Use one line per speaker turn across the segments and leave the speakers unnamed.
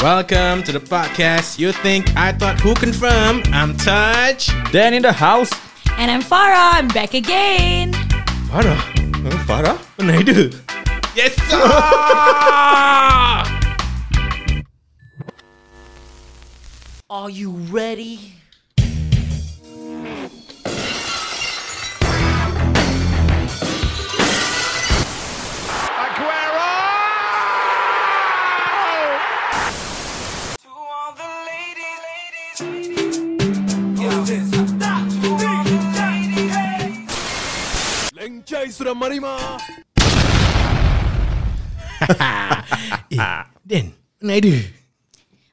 Welcome to the podcast. You think I thought who confirm? I'm Taj.
Dan in the house.
And I'm Farah. I'm back again.
Farah. Huh, Farah? Naidu. Yes. sir!
Are you ready?
Dan. Naidu.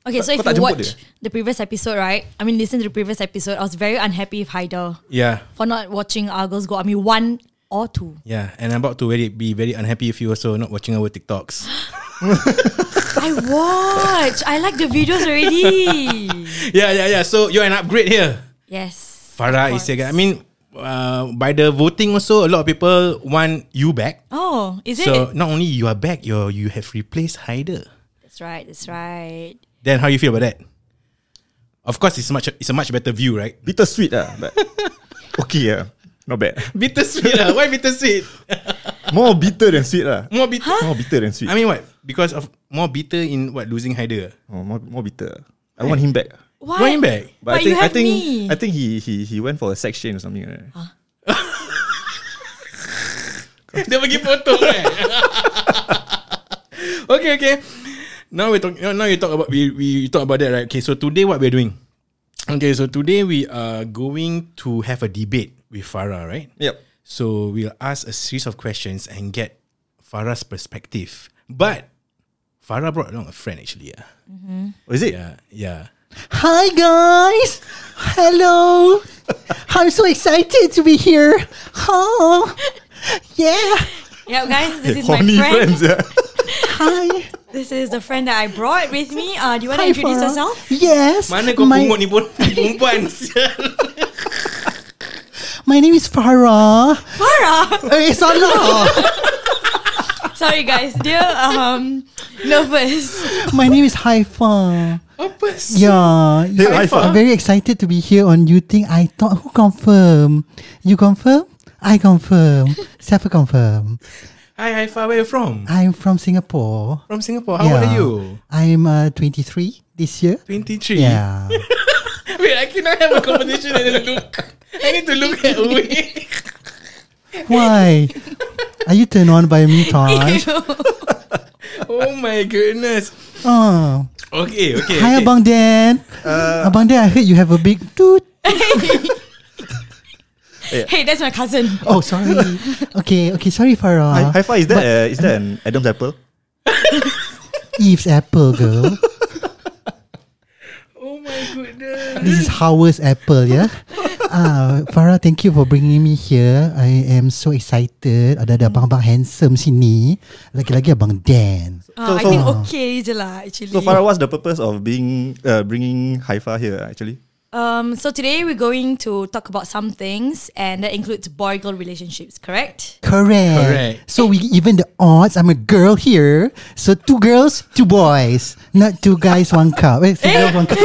Okay, so if
kau tak
you
jemput
watch the previous episode, right? I mean, listen to the previous episode. I was very unhappy with Haider
Yeah.
for not watching Argos go. I mean, one or two.
Yeah. And I'm about to very, be very unhappy if you also not watching our TikToks.
I watch. I like the videos already.
yeah, yeah, yeah. So you're an upgrade here.
Yes.
Farah is
course.
here. I mean, uh, by the voting also, a lot of people want you back.
Oh, is
So
it?
not only you are back, you you have replaced Haider.
That's right. That's right.
Then how you feel about that? Of course, it's much it's a much better view, right?
Bittersweet lah. But okay lah. Not bad.
Bittersweet lah. Why bittersweet?
More bitter than sweet lah.
More bitter.
More bitter than sweet.
I mean, what? Because of more bitter in what losing Haider.
oh, more, more bitter. I want him back.
Why?
Why him back?
But, you
I
have
think
me.
I think he he he went for a sex change or something. Right?
Dia pergi potong eh. okay, okay. Now we talk. Now you talk about we we talk about that, right? Okay. So today, what we're doing? Okay, so today we are going to have a debate with Farah, right?
Yep.
So we'll ask a series of questions and get Farah's perspective. But Farah brought along a friend actually. Yeah,
Oh, is it?
yeah, yeah.
Hi guys! Hello! I'm so excited to be here! Oh! Yeah!
yeah, guys, this is my
Horny
friend.
friends. Yeah.
Hi!
This is the friend that I brought with me. Uh, do you want to
Hi,
introduce
Farah.
yourself?
Yes!
Mana kau
my,
pungut ni pun perempuan. sial.
my name is Farah!
Farah.
Eh, salah!
Sorry, guys. Dia um nervous.
my name is Haifa!
Apa? sial?
Yeah!
Hey, Haifa.
I'm very excited to be here on You Think I Thought Who Confirm? You confirm? I confirm. Siapa confirm?
Hi, hi, far where you from?
I'm from Singapore.
From Singapore. How old are
Yeah.
you?
I'm uh, 23 this year.
23.
Yeah.
Wait, I cannot have a conversation and look. I need to look at away.
Why? Are you turned on by me, Taj?
Oh my goodness.
Oh.
Okay, okay.
Hi,
okay.
Abang Dan.
Uh,
Abang Dan, I heard you have a big dude.
Hey, that's my cousin.
Oh, sorry. okay, okay. Sorry, Farah.
Hi, Hi-Fi, is that uh, is that an Adam's apple?
Eve's apple, girl.
Oh my goodness.
this is Howard's apple, yeah? Ah, Farah, thank you for bringing me here. I am so excited. Ada ada abang-abang handsome sini. Lagi-lagi abang Dan.
Uh, I
so-
think okay je lah actually.
So Farah, what's the purpose of being uh, bringing Haifa here actually?
um, so today we're going to talk about some things, and that includes boy-girl relationships, correct?
Correct.
Correct.
So we even the odds. I'm a girl here. So two girls, two boys, not two guys, one cup. Eh, two girls, one cup.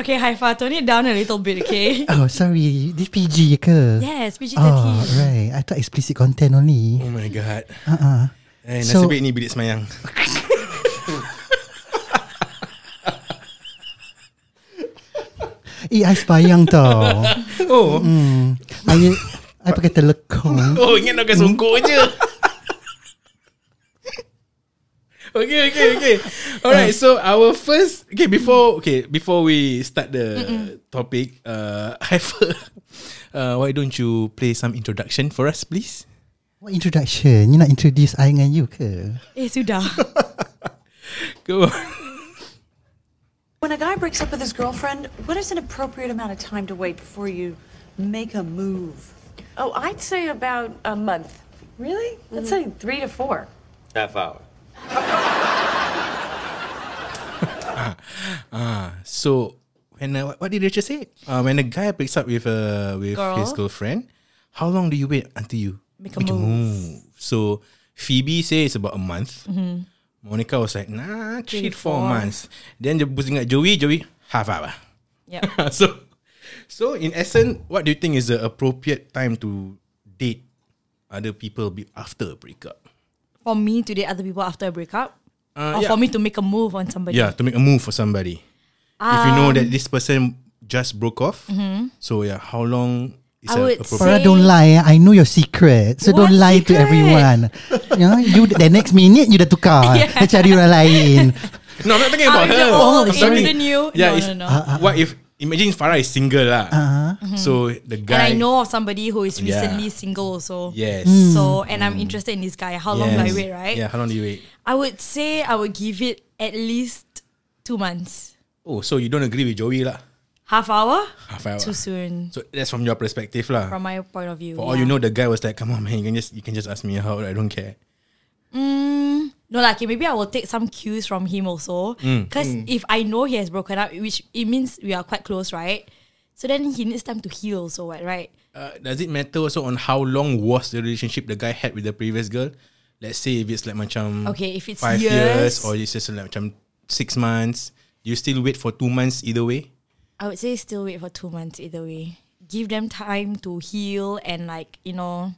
Okay, Haifa, tone it down a little bit, okay?
Oh, sorry. This PG ke?
yes, PG-13.
Oh,
Ah,
right. I thought explicit content only.
Oh my god.
Uh-uh.
Eh,
So-
nasib baik ni bilik semayang.
Eh, I sebayang tau.
Oh,
Hmm. I, I pakai telekong.
oh ingat nak kasi songkok je. Okay, okay, okay.
Ah.
Alright, so our first okay before okay before we start the topic, uh, I've, uh, why don't you play some introduction for us, please?
What introduction? You nak introduce I dengan you ke?
Eh, sudah.
Go on.
When a guy breaks up with his girlfriend, what is an appropriate amount of time to wait before you make a move?
Oh, I'd say about a month.
Really?
I'd say three to four.
half hour.
So when uh, what, what did Rachel say? Uh, when a guy breaks up with uh, with
Girl.
his girlfriend, how long do you wait until you
Make a move.
So Phoebe says it's about a month. Monica was like, nah, three,
Mm-hmm. Three,
four,
four.
months. Then the boosting at Joey, Joey, half hour.
Yeah.
so, so in essence, what do you think is the appropriate time to date other people be after a breakup?
For me to date other people after a breakup,
Uh,
or
yeah.
for me to make a move on somebody.
yeah, to make a move for somebody. if you
Um,
know that this person just broke off, so yeah, how long is
Mm-hmm. I
that
would
appropriate?
say-
Farah, don't lie. eh. I know your secret. So
What
don't lie to
secret?
everyone. you know, you the next minute you dah tukar.
Yeah.
Dah cari orang lain.
No, I'm not talking about
Out of
her.
the old,
I'm
in
talking-
"Oh, the new.
Yeah,
No,
it's-
no, no.
What if imagine Farah is single lah? Mm-hmm. So the
And
guy.
I know of somebody who is
Yeah.
recently single also.
Yes.
So and
Mm.
I'm interested in this guy. How long do I
Yes.
wait, right?
Yeah, how long do you wait?
I would say I would give it at least two months.
Oh, so you don't agree with Joey lah?
Half hour?
Half hour.
Too soon.
So that's from your perspective lah.
From my point of view.
For all you know, the guy was like, "Come on, man, you can just you can just ask me how I don't care."
No, like okay, maybe I will take some cues from him also.
Mm.
Because if I know he has broken up, which it means we are quite close, right? So then he needs time to heal also, what, right?
Uh, does it matter also on how long was the relationship the guy had with the previous girl? Let's say if it's like macam
Okay, if it's
five
years-
or it's just like macam six months, you still wait for two months either way.
I would say still wait for two months either way. Give them time to heal and like, you know,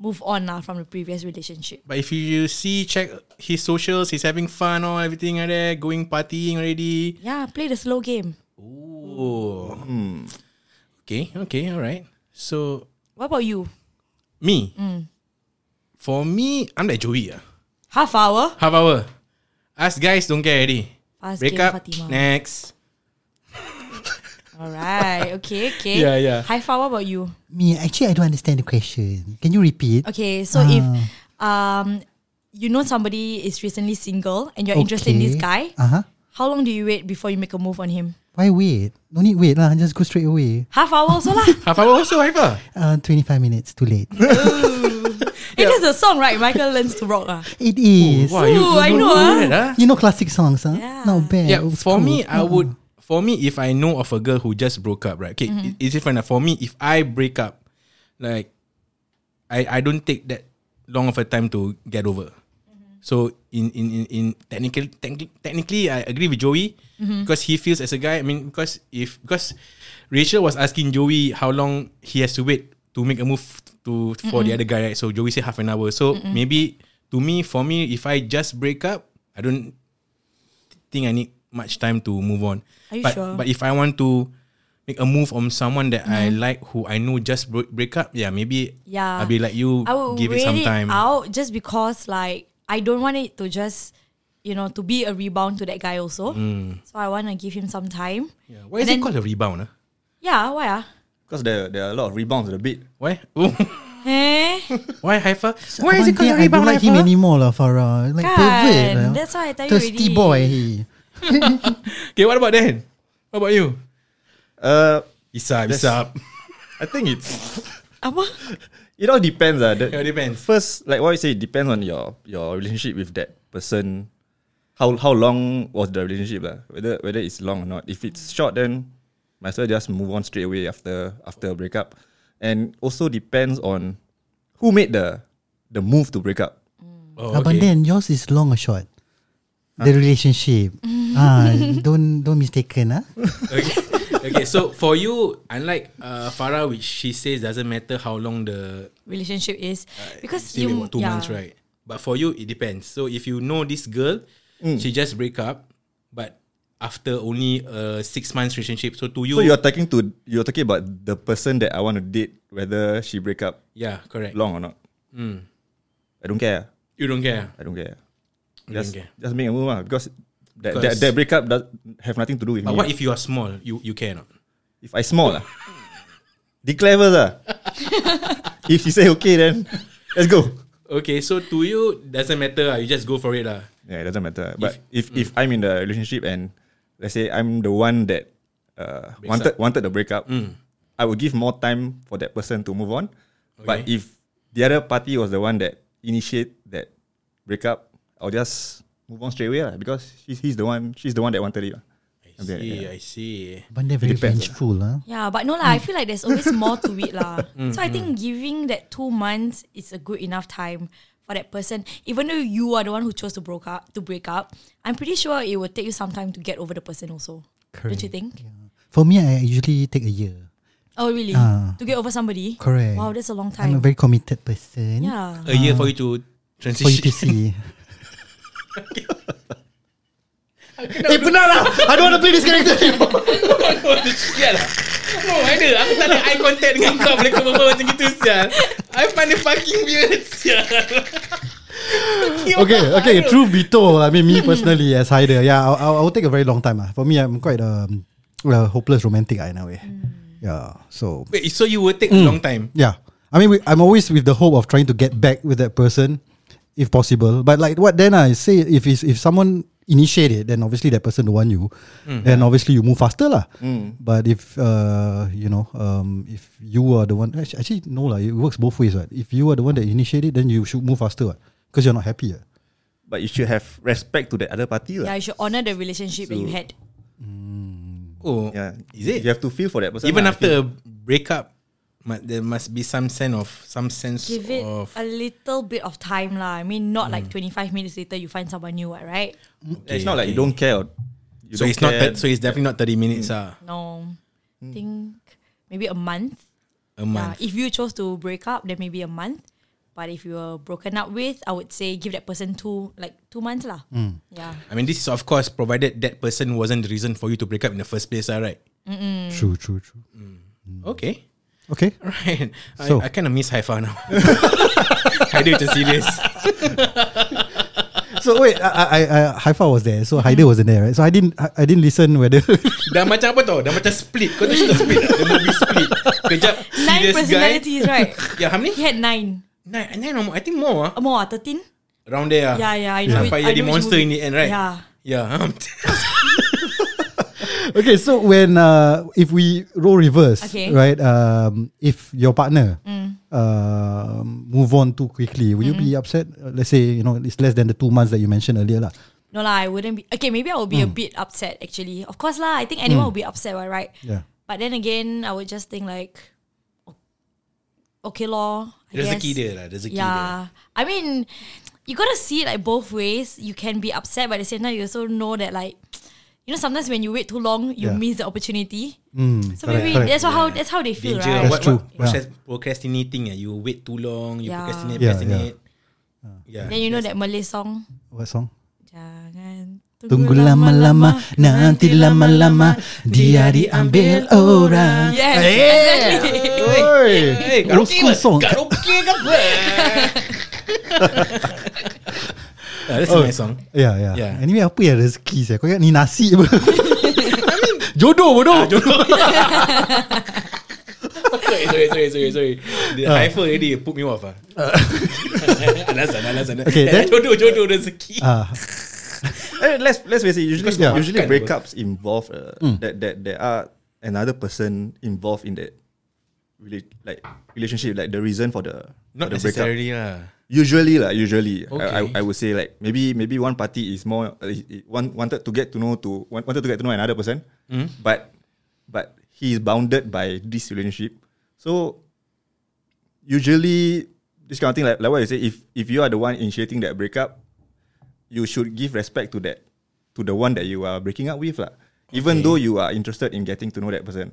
move on now from the previous relationship.
But if you, you see check his socials, he's having fun or everything like that, going partying already.
Yeah, play the slow game.
Oh, okay, okay, all right. So
What about you?
me,
Hmm.
for me, I'm like Joey. ah.
Half hour?
Half hour. Us guys don't care already.
Us
Break
gay
up.
Fatima.
Next.
Alright, okay, okay.
Yeah, yeah.
High five, what about you?
Me, actually, I don't understand the question. Can you repeat?
Okay, so if
Ah.
um you know somebody is recently single and you're interested in this guy,
Uh huh.
how long do you wait before you make a move on him?
Why wait? No need wait lah. Just go straight away.
Half hour also lah.
Half hour also, half hour.
Uh, 25 minutes. Too late.
It is a song, right? Michael learns to rock. Ah.
It is.
Why you,
Ooh, I
don't
know,
that, ah.
You know classic songs, huh?
Yeah.
Not bad.
Yeah,
Old
for
school.
me, I would. For me, if I know of a girl who just broke up, right? Okay, it- it's different. lah. For me, if I break up, like, I I don't take that long of a time to get over. So in in in, in technically technically technically I agree with Joey
Mm-hmm.
because he feels as a guy. I mean because if because Rachel was asking Joey how long he has to wait to make a move to for the other guy, right? So Joey said half an hour. So maybe to me, for me, if I just break up, I don't think I need much time to move on.
Are you
but,
sure?
But if I want to make a move on someone that I like, who I know just bro- break up, yeah, maybe
Mm-hmm. Yeah.
I'll be like you,
I would
give it
wait
some
it
time.
out just because like I don't want it to just you know to be a rebound to that guy also.
Mm.
So I want to give him some time. Yeah,
Why is it
And then-
called a rebound? ah?
why ah?
Because there, there are a lot of rebounds in the bit.
Why? Oh,
Eh?
why Haifa? Why is it
Abang
called a
Jay, I
rebound?
don't like him eh,
Haifa?
anymore lah, Farah. Like
Kan,
pervert. lah.
that's why I tell you already.
Thirsty boy. He.
Okay, what about then? What about you?
Uh,
Isab,
That's-
Isab.
I think it's
Apa?
it all depends. Uh, the,
It all depends.
First, like what you say, it depends on your your relationship with that person. How how long was the relationship? lah? Whether whether it's long or not. If it's short, then might as well just move on straight away after after a breakup. And also depends on who made the the move to break up.
Oh,
Abang Dan, Uh, yours is long or short? The relationship. ah, don't don't mistaken ah.
okay. okay, so for you, unlike uh, Farah, which she says doesn't matter how long the
Relationship is because
Uh, Still wait
you
what, two
yeah.
months, right? But for you, it depends. So if you know this girl, she just break up, but after only a six months relationship, so to you,
So you're talking to you're talking about the person that I want to date, whether she break up
yeah, correct.
long or not.
Hmm.
I don't care. ah.
You don't care.
I don't care. ah.
You
Just,
don't care.
just make a move lah, because that, that,
Because-
that breakup does have nothing to do with
But
me. ah.
what if you are small? You you care not?
If I small lah. Declare first lah. if she say okay then let's go.
Okay, so to you doesn't matter. ah, You just go for it lah.
Yeah, it doesn't matter. But if if, I'm in the relationship and let's say I'm the one that uh,
Breaks
wanted wanted the breakup, I would give more time for that person to move on. But
Okay.
if the other party was the one that initiate that breakup, I'll just move on straight away lah, because he's, he's the one she's the one that wanted it. lah.
I
Something like
see,
that, yeah.
I see.
Abang Dan very
Depends,
vengeful ah.
Yeah, but no lah. I feel like there's always more to it lah. so I think giving that two months is a good enough time for that person, even though you are the one who chose to broke up to break up, I'm pretty sure it will take you some time to get over the person also. Don't you think?
For me, I usually take a year.
Oh really?
Ah.
to get over somebody?
Correct.
Wow, that's a long
I'm
time.
a very committed person.
yeah.
A year for you to
For you to
transition.
see.
Eh, penat lah.
I don't want to play this character anymore.
Sial lah Oh ada Aku tak ada eye contact dengan kau Bila kau berbual macam gitu Sial I pandai fucking weird Sial
okay, okay. True Vito. I mean, me personally as Haider, yeah, I'll, I'll, I'll take a very long time. Ah, for me, I'm quite um, a hopeless romantic ah, in a way. Yeah. So
Wait, so you will take a long time
yeah, I mean, we, I'm always with the hope of trying to get back with that person, if possible. But like what then I say, if it's, if someone initiate it, then obviously that person don't want you, then obviously you move faster lah. But if uh, you know, um, if you are the one, actually, actually no lah, it works both ways. Right? If you are the one that initiated, then you should move faster. Because you're not happy. ah.
But you should have respect to the other party.
Yeah,
lah.
you should honor the relationship that you had.
Oh
yeah.
Is it
You have to feel for that person.
Even
lah, I
after a breakup mu- There must be some sense of Some sense
Give it
of
a little bit of time, lah. I mean, not like 25 minutes later you find someone new, what, right?
feel. it's not like you don't care. or You
So
don't
it's not that,
care.
So it's definitely not 30 minutes ah
Hmm. No,
Hmm.
think maybe a month.
A month
Yeah, if you chose to break up, then maybe a month. But if you were broken up with, I would say give that person two like two months lah.
Hmm.
Yeah,
I mean this is of course Provided that person wasn't the reason For you to break up in the first place ah, right
True, true, true.
Okay
Okay.
Right I,
So-
I kind of miss Haifa now I do macam serious
So wait, I, I, I Haifa was there, so Haider wasn't there, right? So I didn't, I, I didn't listen whether.
Dah macam apa tau Dah macam split Kau tu cerita split The movie split Kejap
nine
serious
personalities, right?
guy Yeah how many
He had nine.
Nine, nine or more I think more ah.
Uh, more thirteen.
Around there ah.
Yeah, yeah. I know.
Sampai
it, I
jadi
know which
monster in
movie.
the end right
Yeah.
Yeah um,
okay, so when uh, if we roll reverse,
Okay.
right? Um, if your partner um, move on too quickly, will you be upset? Uh, let's say you know it's less than the two months that you mentioned earlier, lah.
No lah, I wouldn't be. Okay, maybe I would be a
Hmm.
bit upset actually. Of course lah, I think anyone would be upset, what, right?
Yeah.
But then again, I would just think like, o- okay law.
Rezeki dia lah Rezeki dia
Yeah, I mean, you gotta see it like both ways. You can be upset, but at the same time, you also know that like, you know, sometimes when you wait too long, you
Yeah.
miss the opportunity.
Mm,
So
correct,
maybe
correct.
that's how that's how they feel,
Danger
right?
what,
That's true,
what,
yeah.
procrast- Procrastinating ah. You wait too long You
Yeah.
procrastinate
Yeah,
procrastinate yeah.
Then you know that Malay song.
What song?
Jangan
Tunggu lama-lama, nanti lama-lama dia diambil orang.
Yes, exactly.
Oi, old school song.
Karaoke ke apa yeah, That's a nice song
Yeah, yeah.
Yeah.
Ya, Anyway, apa yang rezeki saya? Kau ingat ni nasi apa? jodoh, bodoh.
Ah,
sorry, sorry, sorry, sorry, sorry. The
Ah.
hyper already put me off. Ah. alasan, alasan.
Okay,
Eh,
then-
jodoh, jodoh rezeki.
Ah,
Eh, let's let's face it. Usually,
Yeah.
usually
makan
breakups involve uh,
Mm.
that that there are another person involved in that rela- like relationship, like the reason for the
Not
for the breakup.
necessarily lah.
Usually, like usually, I, I,
Okay.
I would say like maybe maybe one party is more uh, i- i- want, wanted to get to know to want- wanted to get to know another person,
Hmm.
but but he is bounded by this relationship. So usually this kind of thing, like like what you say, if if you are the one initiating that breakup, you should give respect to that to the one that you are breaking up with, lah. Even
Okay.
though you are interested in getting to know that person,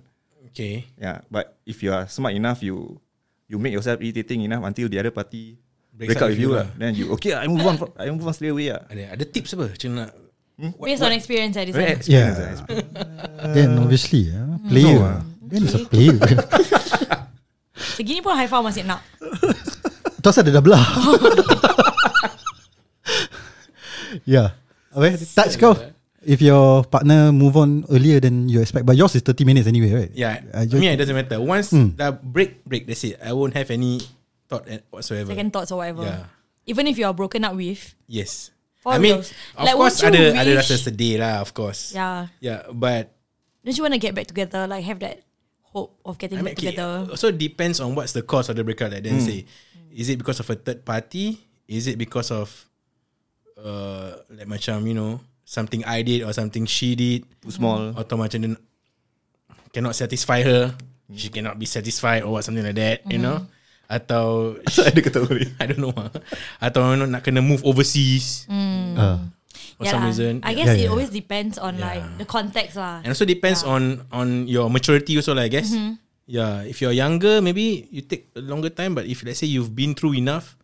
Okay.
yeah. But if you are smart enough, you you make yourself irritating enough until the other party breaks, up, with you, lah. Then you okay, I move on, fro- I move on straight away, ah.
Ada, ada tips apa? Macam nak...
Hmm?
Based on experience, I
Very
decided.
experience,
Yeah.
ah, experience.
Ya. then obviously,
Hmm.
yeah, player.
No, ah.
Then it's a player.
Segini pun Haifa masih nak.
Tu asal dia dah belah. yeah. Ya. Apa? Touch kau. If your partner move on earlier than you expect, but yours is 30 minutes anyway, right? Uh,
Yeah,
I
I
just,
mean, it doesn't matter. Once
Hmm.
the break, break, that's it. I won't have any thought at- whatsoever.
Second thoughts or whatever.
Yeah.
Even if you are broken up with,
Yes.
For
I mean,
reals.
of
Like,
course,
would
ada,
you
ada
wish-
rasa sedih lah, of course.
yeah.
Yeah, but
Don't you want to get back together? Like have that hope of getting
I mean,
back
okay, uh,
together.
also depends on what's the cause of the breakup. Like then say, is it because of a third party? Is it because of, uh, like macam you know something I did or something she did?
Too small.
Atau macam dia
Hmm.
cannot satisfy her, she cannot be satisfied or what, something like that. You know, atau
Ada kategori.
I don't know ah. Atau you know, nak kena move overseas for
Uh,
some reason.
Hmm. lah. I
Yeah.
guess
Yeah,
it
yeah,
always depends on like the context lah.
And also depends on on your maturity also lah, I guess.
Mm-hmm.
Yeah, if you're younger, maybe you take a longer time. But if let's say you've been through enough,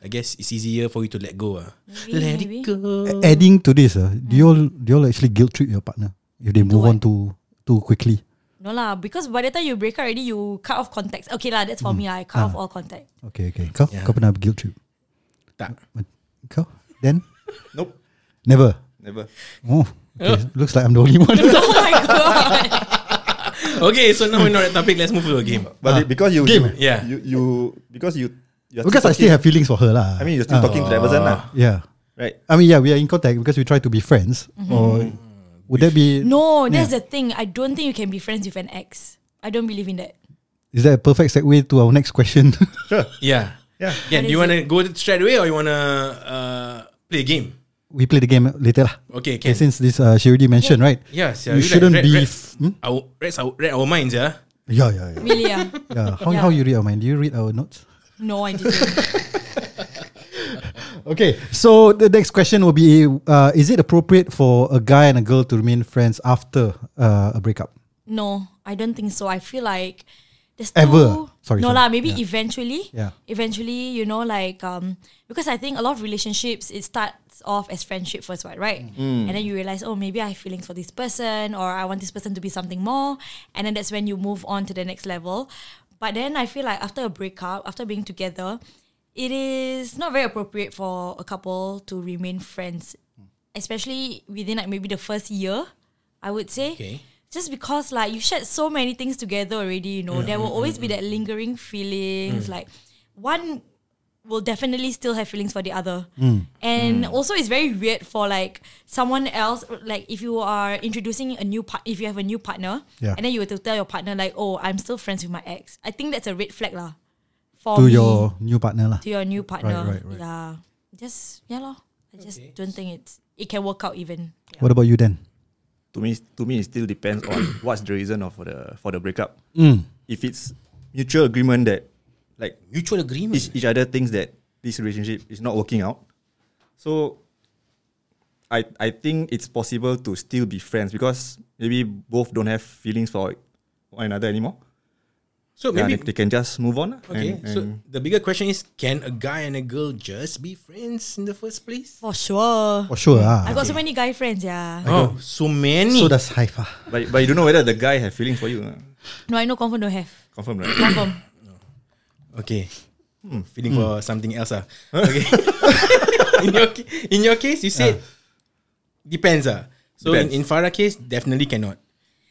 I guess it's easier for you to let go. Ah, let
Mm-hmm. maybe.
it go.
adding to this, uh, do
Hmm.
you all do you all actually guilt trip your partner if they move
what?
on too too quickly?
No lah, because by the time you break up already, you cut off contacts. Okay lah, that's
Mm.
for me lah. I
Ah.
cut off all contact.
Okay, okay. Kau,
Yeah.
kau pernah guilt trip?
Ya. Tak.
Kau? Then?
Nope.
Never.
Never.
Oh, okay. looks like I'm the only one.
oh my god!
Okay, so now we're not at topic. Let's move to a game.
But it- because you,
Game,
you,
eh? Yeah.
you, you because you, you're
because I still have feelings for her lah.
I mean, you're still
Ah,
talking to that person lah,
Yeah.
right?
I mean, yeah, we are in contact because we try to be friends. Or
Mm.
would that be?
Mm-hmm. No, that's the thing. I don't think you can be friends with an ex. I don't believe in that.
Is that a perfect segue to our next question?
Yeah,
Yeah.
yeah. Do you
What
want to go straight away or you want to uh, play a game?
we play the game later lah.
Okay,
Okay,
can.
since this uh, she already mentioned, right?
Yes, yeah,
you
like
shouldn't
read- read-
be. f- hmm?
Our read our, read our minds, yeah.
Yeah, yeah, yeah.
Really? ah?
yeah. How,
Yeah.
how you read our mind? Do you read our notes?
No, I didn't.
Okay, so the next question will be: uh, Is it appropriate for a guy and a girl to remain friends after uh, a breakup?
No, I don't think so. I feel like there's
Ever.
too-
Sorry,
No
sorry.
lah, maybe
Yeah.
eventually.
Yeah.
Eventually, you know, like um, because I think a lot of relationships it starts off as friendship first, one, right? And then you realize, oh, maybe I have feelings for this person, or I want this person to be something more, and then that's when you move on to the next level. But then I feel like after a breakup, after being together, it is not very appropriate for a couple to remain friends, especially within like maybe the first year. I would say.
Okay.
Just because like you shared so many things together already, you know, there will
Mm-hmm.
always be that lingering
Mm.
feelings. Like one will definitely still have feelings for the other.
Mm.
And also it's very weird for like someone else like if you are introducing a new part if you have a new partner
Yeah.
and then you were to tell your partner like, Oh, I'm still friends with my ex. I think that's a red flag lah. For
To
me,
your new partner lah.
to your new partner.
right, right.
Yeah. Just yeah lor. I just don't think it's it can work out even.
What about you then?
To me, to me, it still depends on what's the reason of for the for the breakup. If it's mutual agreement that, like
Mutual agreement.
each, each other thinks that this relationship is not working out. So I I think it's possible to still be friends because maybe both don't have feelings for one another anymore.
so
Yeah,
maybe
they, they can just move on. lah,
Okay,
and-
so
and-
the bigger question is can a guy and a girl just be friends in the first place?
For sure.
For sure. ah.
I got so many guy friends, yeah.
Oh, so many.
So that's Haifa.
Ah.
but, but you don't know whether the guy have feelings for you. lah.
No, I know confirm don't have.
Confirm right?
Confirm.
okay. Hmm, Feeling for something else. Ah. Okay. in, your, ca- in your case, you said Ah. depends. Ah. So in,
Depends.
in Farah case, definitely cannot.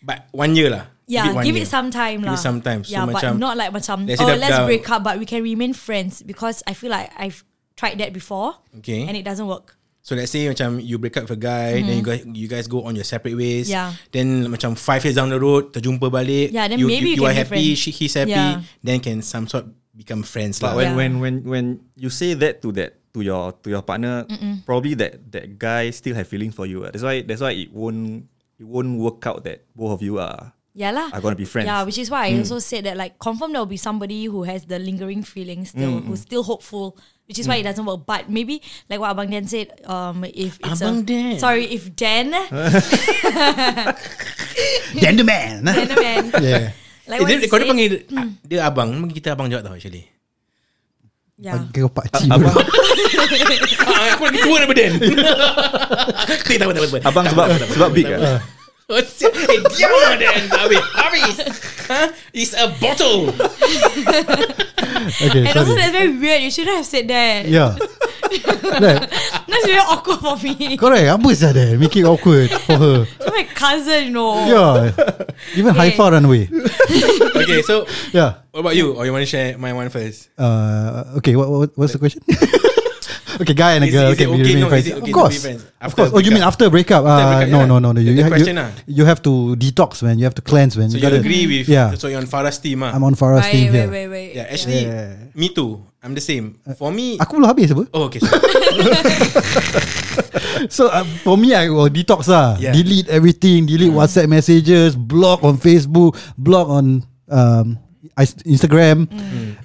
But one year lah.
Yeah,
one
give
year.
it some time
Give
lah.
it some time. So
yeah,
macam-
but not like macam
let's
oh
say dah-
let's
dah-
break up, but we can remain friends because I feel like I've tried that before
Okay.
and it doesn't work.
So let's say macam you break up with a guy, then you guys you guys go on your separate ways.
Mm-hmm. Yeah.
Then macam five years down the road, terjumpa balik.
Yeah, then
you,
maybe
you,
you
are
can be
happy,
friends.
she, he's happy.
Yeah.
Then can some sort become friends
But
lah.
when,
Yeah.
when when when you say that to that to your to your partner, probably that that guy still have feelings for you. ah. That's why that's why it won't it won't work out that both of you are
Yeah lah.
are gonna be friends.
Yeah, which is why I also said that like confirm there will be somebody who has the lingering feelings still, who's still hopeful, which is why it doesn't work. But maybe like what Abang Dan said, um, if it's
Abang
a,
Dan.
sorry, if Dan,
Then the man.
Dan the man,
yeah.
Eh,
like what
dia,
he
kau dia
said,
panggil ah, dia abang Memang kita abang juga tau actually
yeah.
Panggil kau pakcik ah, bro.
ah, Aku lagi tua daripada Dan Tak apa tak apa
Abang sebab sebab big. ah.
Eh diam lah Dan Habis Habis huh? It's a bottle
Okay,
And also
sorry.
that's very weird. You shouldn't have said that.
Yeah. right.
That's very awkward for me.
Correct. Apa saja that? Make it awkward for her.
my cousin, you know.
Yeah. Even
Okay.
Haifa run away.
Okay so
Yeah.
What about you Or you want to share My one first
Uh, okay, what, what what's the question? okay, guy and
Is
a
it-
girl
is it
can be
okay?
remain
No,
friends.
is it okay
of
to
course,
be friends
of
after
course. Oh, you
breakup?
mean after breakup?
After
Uh,
breakup,
no,
yeah.
no, no, no. You,
The
ha- you,
question, ah.
you have to detox, man. You have to cleanse, man.
So you
gotta-
agree with
Yeah,
So you're on Farah's team ah.
I'm on Farah's
Wait,
team
wait,
here.
wait, wait.
Yeah actually
Yeah.
Me too I'm the same For me
Aku belum habis apa?
Oh okay sorry.
So uh, for me, I will detox ah. lah.
Yeah.
Delete everything. Delete WhatsApp messages. Block on Facebook. Block on um, I,
Mm,
Instagram,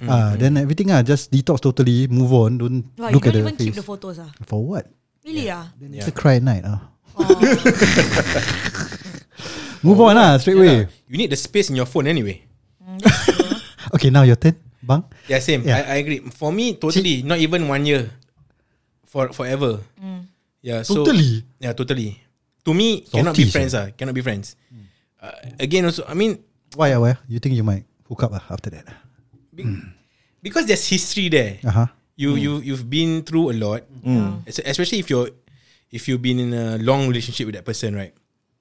uh, then everything. Uh, just detox totally, move on. Don't
Wow, you
look at
don't
the
even keep
face.
the photos. Ah.
For what?
Really? ah? Yeah.
It's a cry at night. Uh. move on, uh, straight away.
You need the space in your phone anyway.
Okay, now your turn, Bang.
Yeah, same.
Yeah.
I, I agree. For me, totally, not even one year. For forever. Yeah. So,
Totally?
Yeah, totally. To me, cannot be
Salty,
friends. Ah, cannot be friends. Uh, again, also, I mean,
Why, ah, why? You think you might hook up uh, after that?
because there's history there.
Uh huh.
You you you've been through a lot. Es- Especially if you're if you've been in a long relationship with that person, right?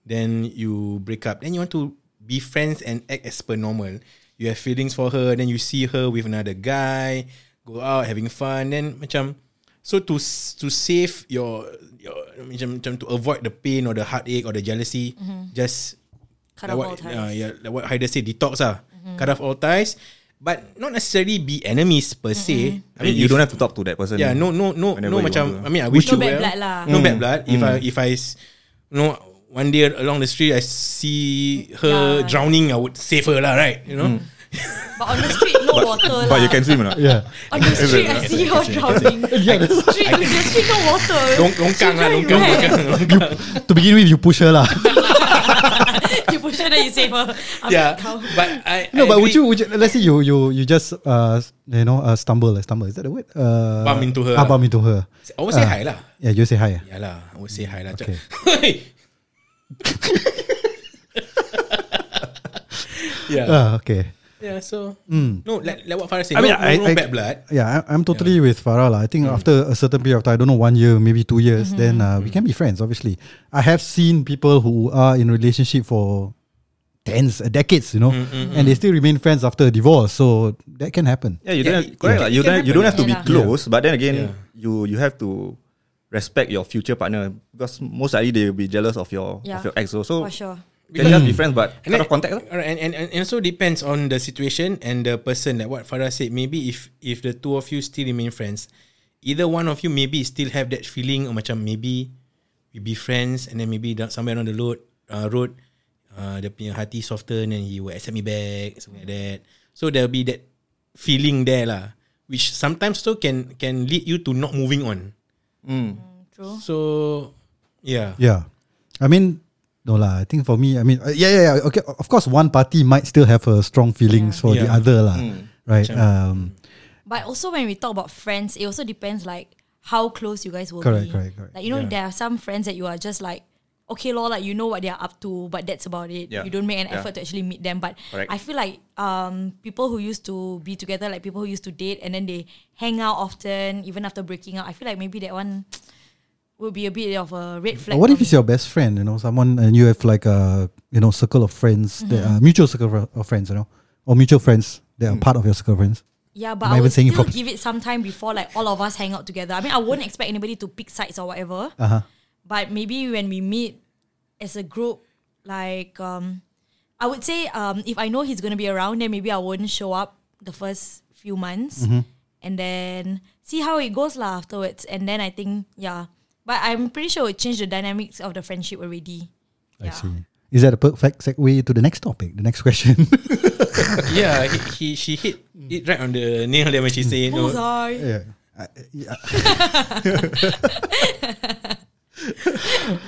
Then you break up. Then you want to be friends and act as per normal. You have feelings for her. Then you see her with another guy, go out having fun. Then macam so to s- to save your your macam, macam to avoid the pain or the heartache or the jealousy, just
Mm-hmm. Cut
like what, Uh,
off all ties. Mm-hmm.
yeah, like what Haider say, detox ah, cut off all ties, but not necessarily be enemies per se.
Mm-hmm.
I mean,
you
if-
don't have to talk to that person.
Yeah, no, no, no, no.
Whenever you
Macam, I
want to.
mean, I wish you
No bad
well.
blood lah.
No
Mm.
bad blood. If I, if I, s- you know, one day along the street I see her
Yeah.
drowning, I would save her lah, right? You know,
Mm.
But on the street, no water.
But
lah.
you can swim or not?
Yeah.
On the street, I see her drowning.
yeah that's-
Street, on the street, no water.
long, longkang lah,
She
longkang,
drive
longkang, longkang.
to begin with, you push her lah.
you push her, then you save her. I'm
Yeah,
like, "Kau."
but I
no,
I
but would
agree.
you, would you? Let's say you you you just uh you know uh, stumble uh, stumble is that the word? Uh,
Bump into her
Ah,
lah.
bump into her.
I would say
Ah.
hi lah.
Yeah, you say hi. ah.
Yeah lah, I would say hi lah.
Okay.
yeah.
Ah, okay.
Yeah, so no, like, like what Farah said,
Mm. I mean,
no,
I-
no, no
I-
bad blood.
Yeah, I, I'm totally with Farah. lah. I think after a certain period of time, I don't know, one year, maybe two years, then uh, we can be friends, obviously. I have seen people who are in relationship for tens, uh, decades, you know, and they still remain friends after a divorce. So that can happen.
Yeah,
Yeah,
you don't.
it-
Have, correct.
yeah.
lah. You
It can
don't. You don't have
happen,
to be
yeah lah.
close, but then again,
Yeah.
you you have to respect your future partner because most likely they will be jealous of your
Yeah.
of your ex. So, so
For sure.
can just be friends, but
And
out
then-
of contact. lah.
Alright, and, and, and and also depends on the situation and the person. Like what Farah said, maybe if if the two of you still remain friends, either one of you maybe still have that feeling or macam maybe we be friends and then maybe down, somewhere on the road, uh, road, uh, dia punya hati soften and he will accept me back, something like that. So there'll be that feeling there lah, which sometimes so can can lead you to not moving on.
True.
So yeah,
Yeah. I mean, no lah. I think for me, I mean, uh, yeah, yeah, yeah. Okay, of course, one party might still have uh, strong feelings for the
Yeah.
other lah, right? Um,
But also when we talk about friends, it also depends like how close you guys will
Correct,
be.
correct, correct.
Like you know, there are some friends that you are just like, okay, lor, like you know what they are up to, but that's about it.
Yeah.
You don't make an
Yeah.
effort to actually meet them. But
Correct.
I feel like um people who used to be together, like people who used to date and then they hang out often, even after breaking up. I feel like maybe that one would be a bit of a red flag.
But what
for
if it's
me.
your best friend, you know, someone and you have like a you know circle of friends, that are mutual circle of- of friends, you know, or mutual friends that are part of your circle of friends.
Yeah, but I
Am I even
would
saying
still
it properly?
give it some time before like all of us hang out together. I mean, I wouldn't expect anybody to pick sides or whatever.
Uh huh.
but maybe when we meet as a group, like um, I would say um, if I know he's gonna be around, then maybe I wouldn't show up the first few months, and then see how it goes lah afterwards. And then I think yeah, but I'm pretty sure it changed the dynamics of the friendship already.
I see. Is that a perfect segue to the next topic, the next question?
yeah. He, he she hit it right on the nail there when she say no.
Bullseye.
yeah. I- yeah.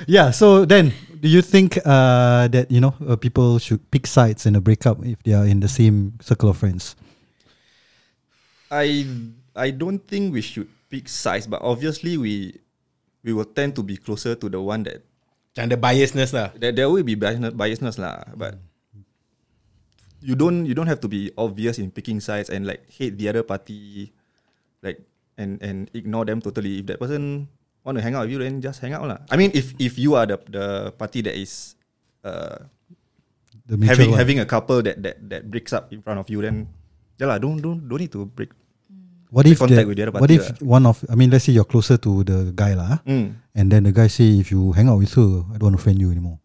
yeah. So then, do you think uh, that you know uh, people should pick sides in a breakup if they are in the same circle of friends?
I I don't think we should pick size, but obviously we we will tend to be closer to the one that
Macam ada biasness lah.
there, there will be biasness, biasness lah, but you don't you don't have to be obvious in picking sides and like hate the other party, like and and ignore them totally. If that person want to hang out with you, then just hang out lah. I mean, if if you are the the party that is uh,
The mutual
having
one.
having a couple that that that breaks up in front of you, then yeah lah, don't don't don't need to break.
What if
contact
that-
with the other
What
party
if
lah.
one of I mean, let's say you're closer to the guy lah, ah,
Mm.
and then the guy say, if you hang out with her, I don't want to friend you anymore.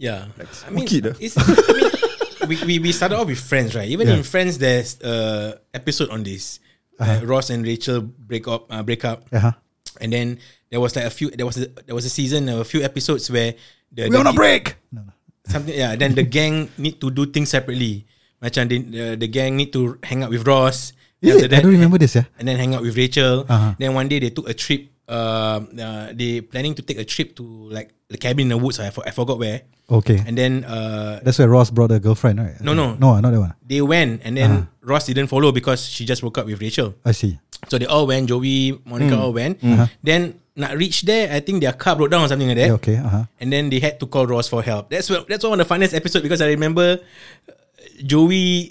Yeah. I
spooky dah.
it's, I mean, we, we, we started off with Friends, right? Even
Yeah.
in Friends, there's uh episode on this. Uh, Ross and Rachel break up, uh, break up,
Uh-huh.
and then there was like a few. There was a, there was a season, a few episodes where the,
We
the
on a
ga-
break.
Something, yeah. Then the gang need to do things separately Macam they, uh, the gang need to hang out with Ross.
Is
After
it? I don't remember this, yeah.
And then hang out with Rachel.
Uh-huh.
Then one day they took a trip. Uh, uh, they planning to take a trip to like the cabin in the woods. I, for, I forgot where.
Okay.
And then uh,
That's where Ross brought a girlfriend, right?
No, no.
No, not that one.
they went, and then
Uh-huh.
Ross didn't follow because she just broke up with Rachel.
I see.
So they all went. Joey, Monica
Hmm.
all went. Then not reach there. I think their car broke down or something like that.
Uh-huh. Yeah, okay. Uh-huh.
And then they had to call Ross for help. That's what that's one of the funniest episode because I remember uh, Joey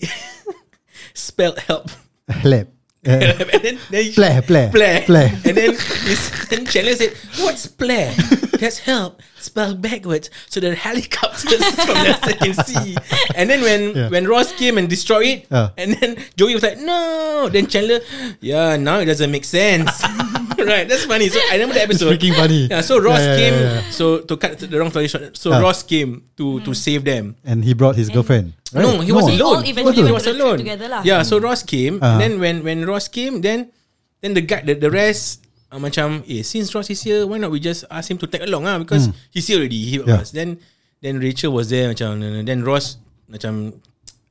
spelled help.
Help. Uh,
and then, then
Play, play,
Play.
play.
And then his, and Chandler said, What's play? That's help spelled backwards so that helicopters from the side can see. And then when
Yeah.
when Ross came and destroyed it,
Uh.
and then Joey was like, No. Then Chandler, Yeah, now it doesn't make sense. right, that's funny. So I remember the
it's
episode.
freaking funny.
Yeah, so Ross
Yeah, yeah,
came.
yeah, yeah.
So to cut the wrong story short, so
Ah.
Ross came to to save them.
And he brought his girlfriend. right?
No, he was
They all
alone.
eventually
he
went
was
on the trip
alone.
together lah.
Yeah, so Ross came. And
Ah.
then when when Ross came, then then the guy the, the rest uh, macam eh since Ross is here, why not we just ask him to tag along ah because he's here already. He
Hmm. Yeah.
us. Then then Rachel was there macam and then Ross macam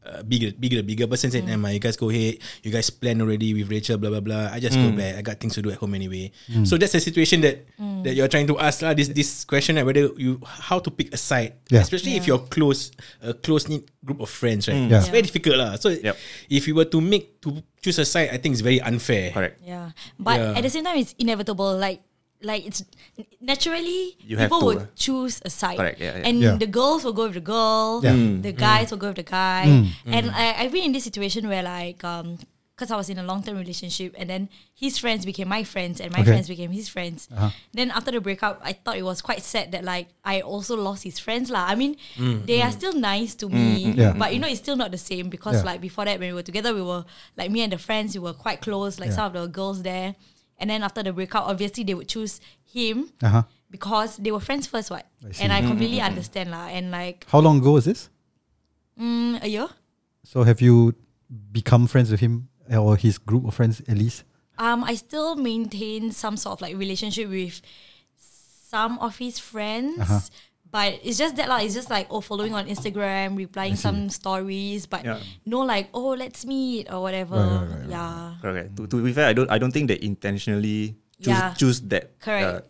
uh, bigger bigger bigger person said, "Emma, you guys go ahead. You guys plan already with Rachel. Blah blah blah. I just go
Hmm.
back. I got things to do at home anyway." So that's the situation that
Hmm.
that you're trying to ask lah. This this question like, whether you how to pick a side,
Yeah.
especially if you're close a close knit group of friends, right?
Yeah.
It's very difficult lah. So
Yep.
if you were to make to choose a side, I think it's very unfair.
Correct.
Yeah, but
Yeah.
at the same time, it's inevitable. Like, like it's naturally
You have
people
to,
will
uh,
choose a side,
Correct, yeah, Mm. yeah.
and
Yeah.
the girls will go with the girl,
Yeah. Mm.
the guys will go with the guy. And
Mm.
I, I've been in this situation where like um. Because I was in a long term relationship, and then his friends became my friends, and my
Okay.
friends became his friends.
Uh-huh.
Then after the breakup, I thought it was quite sad that like I also lost his friends lah. I mean, they are still nice to me,
Mm, Yeah.
but you know it's still not the same because
Yeah.
like before that when we were together, we were like me and the friends, we were quite close. Like
Yeah.
some of the girls there, and then after the breakup, obviously they would choose him
Uh-huh.
because they were friends first, what?
see.
and I completely understand lah. And like
How long ago was this?
mm, a year,
So have you become friends with him or his group of friends at least?
um, I still maintain some sort of like relationship with some of his friends.
Uh-huh.
But it's just that like it's just like oh following on Instagram, replying some stories, but
Yeah.
no like oh let's meet or whatever.
Right, right, right, right.
yeah.
Correct. To, to be fair, I don't I don't think they intentionally choose
Mm. Yeah.
choose that uh,
Correct.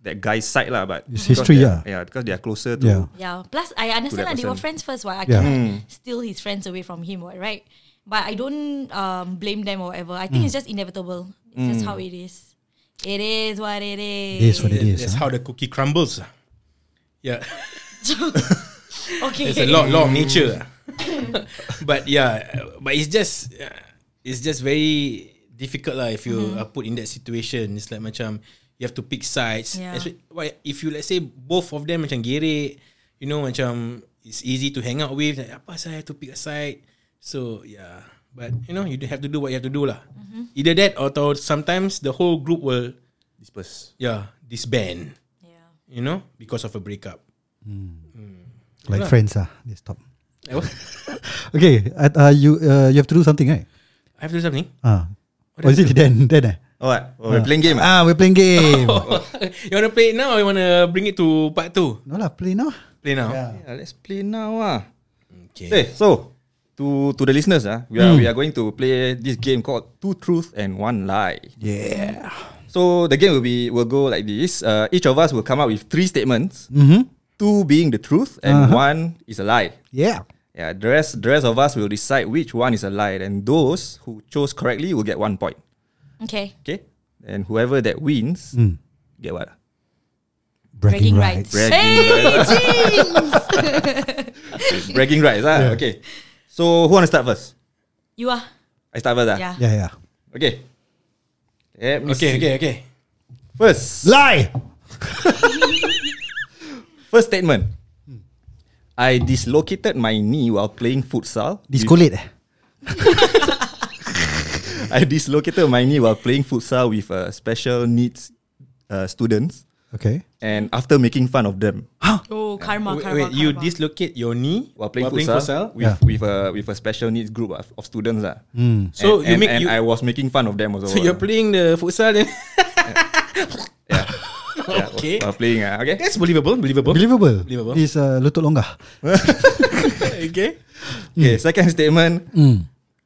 that guy's side lah. But
It's
because
history,
they're-
yeah.
Yeah, because they are closer to.
Yeah.
Yeah. Plus, I understand like,
that
they were friends
person.
first. Why I can't
Yeah.
Hmm.
steal his friends away from him, what, right? But I don't um, blame them or whatever. I think
Hmm.
it's just inevitable. It's just
Hmm.
how it is. It is what it is.
It is what it
That-
is.
That's
huh?
how the cookie crumbles. ah. Yeah,
okay.
it's a lot, law of nature. but yeah, uh, but it's just, uh, it's just very difficult lah. If you are put in that situation, it's like macam you have to pick sides.
Yeah.
Espe- why- If you let's say both of them macam gerek, you know macam it's easy to hang out with. Like, Apa saya have to pick a side? So yeah, but you know you do have to do what you have to do lah. Either that or or sometimes the whole group will
Disperse.
yeah disband.
Yeah.
you know, because of a breakup.
like friends, ah, they stop.
I wa-
Okay, at, uh, you uh, you have to do something, right?
I have to do something.
Ah, or is it then? Then eh?
Oh, what? Oh, we're playing game. ah?
Ah, we're playing game.
you wanna play it now or you wanna bring it to part two?
no lah, play now.
Play now.
Yeah, let's play now. Ah.
Okay.
Hey, so to to the listeners, ah, we are
Hmm.
we are going to play this game called Two Truths and One Lie.
Yeah.
So the game will be will go like this. Uh, each of us will come up with three statements,
Mm-hmm. Uh-huh.
two being the truth and one is a lie.
Yeah.
Yeah, the rest the rest of us will decide which one is a lie, and those who chose correctly will get one point.
Okay.
Okay, and whoever that wins
Hmm.
get what?
Bragging,
Bragging
rights.
rights.
Bragging rights. Bragging rights. Ah,
Yeah.
okay. So who wanna start first?
You are.
I start first. Ah.
Yeah.
Yeah, yeah.
Okay. Let me
Okay,
see.
okay, okay.
First,
Lie.
first statement.
Hmm.
I dislocated my knee while playing futsal.
Discolate. eh?
With- I dislocated my knee while playing futsal with uh, special needs uh, students,
Okay.
and after making fun of them
Oh, karma,
Wait,
karma.
wait, you
karma.
dislocate your knee
while playing futsal, with
Yeah.
with a with a special needs group of, of students lah.
So
And-
you
and-
make
and
you.
I was making fun of them also.
so you're playing the futsal. Then?
Yeah,
okay.
While playing ah, okay.
That's believable. Believable.
Believable.
Believable.
Is uh, lutut longgar.
okay.
Okay, second statement.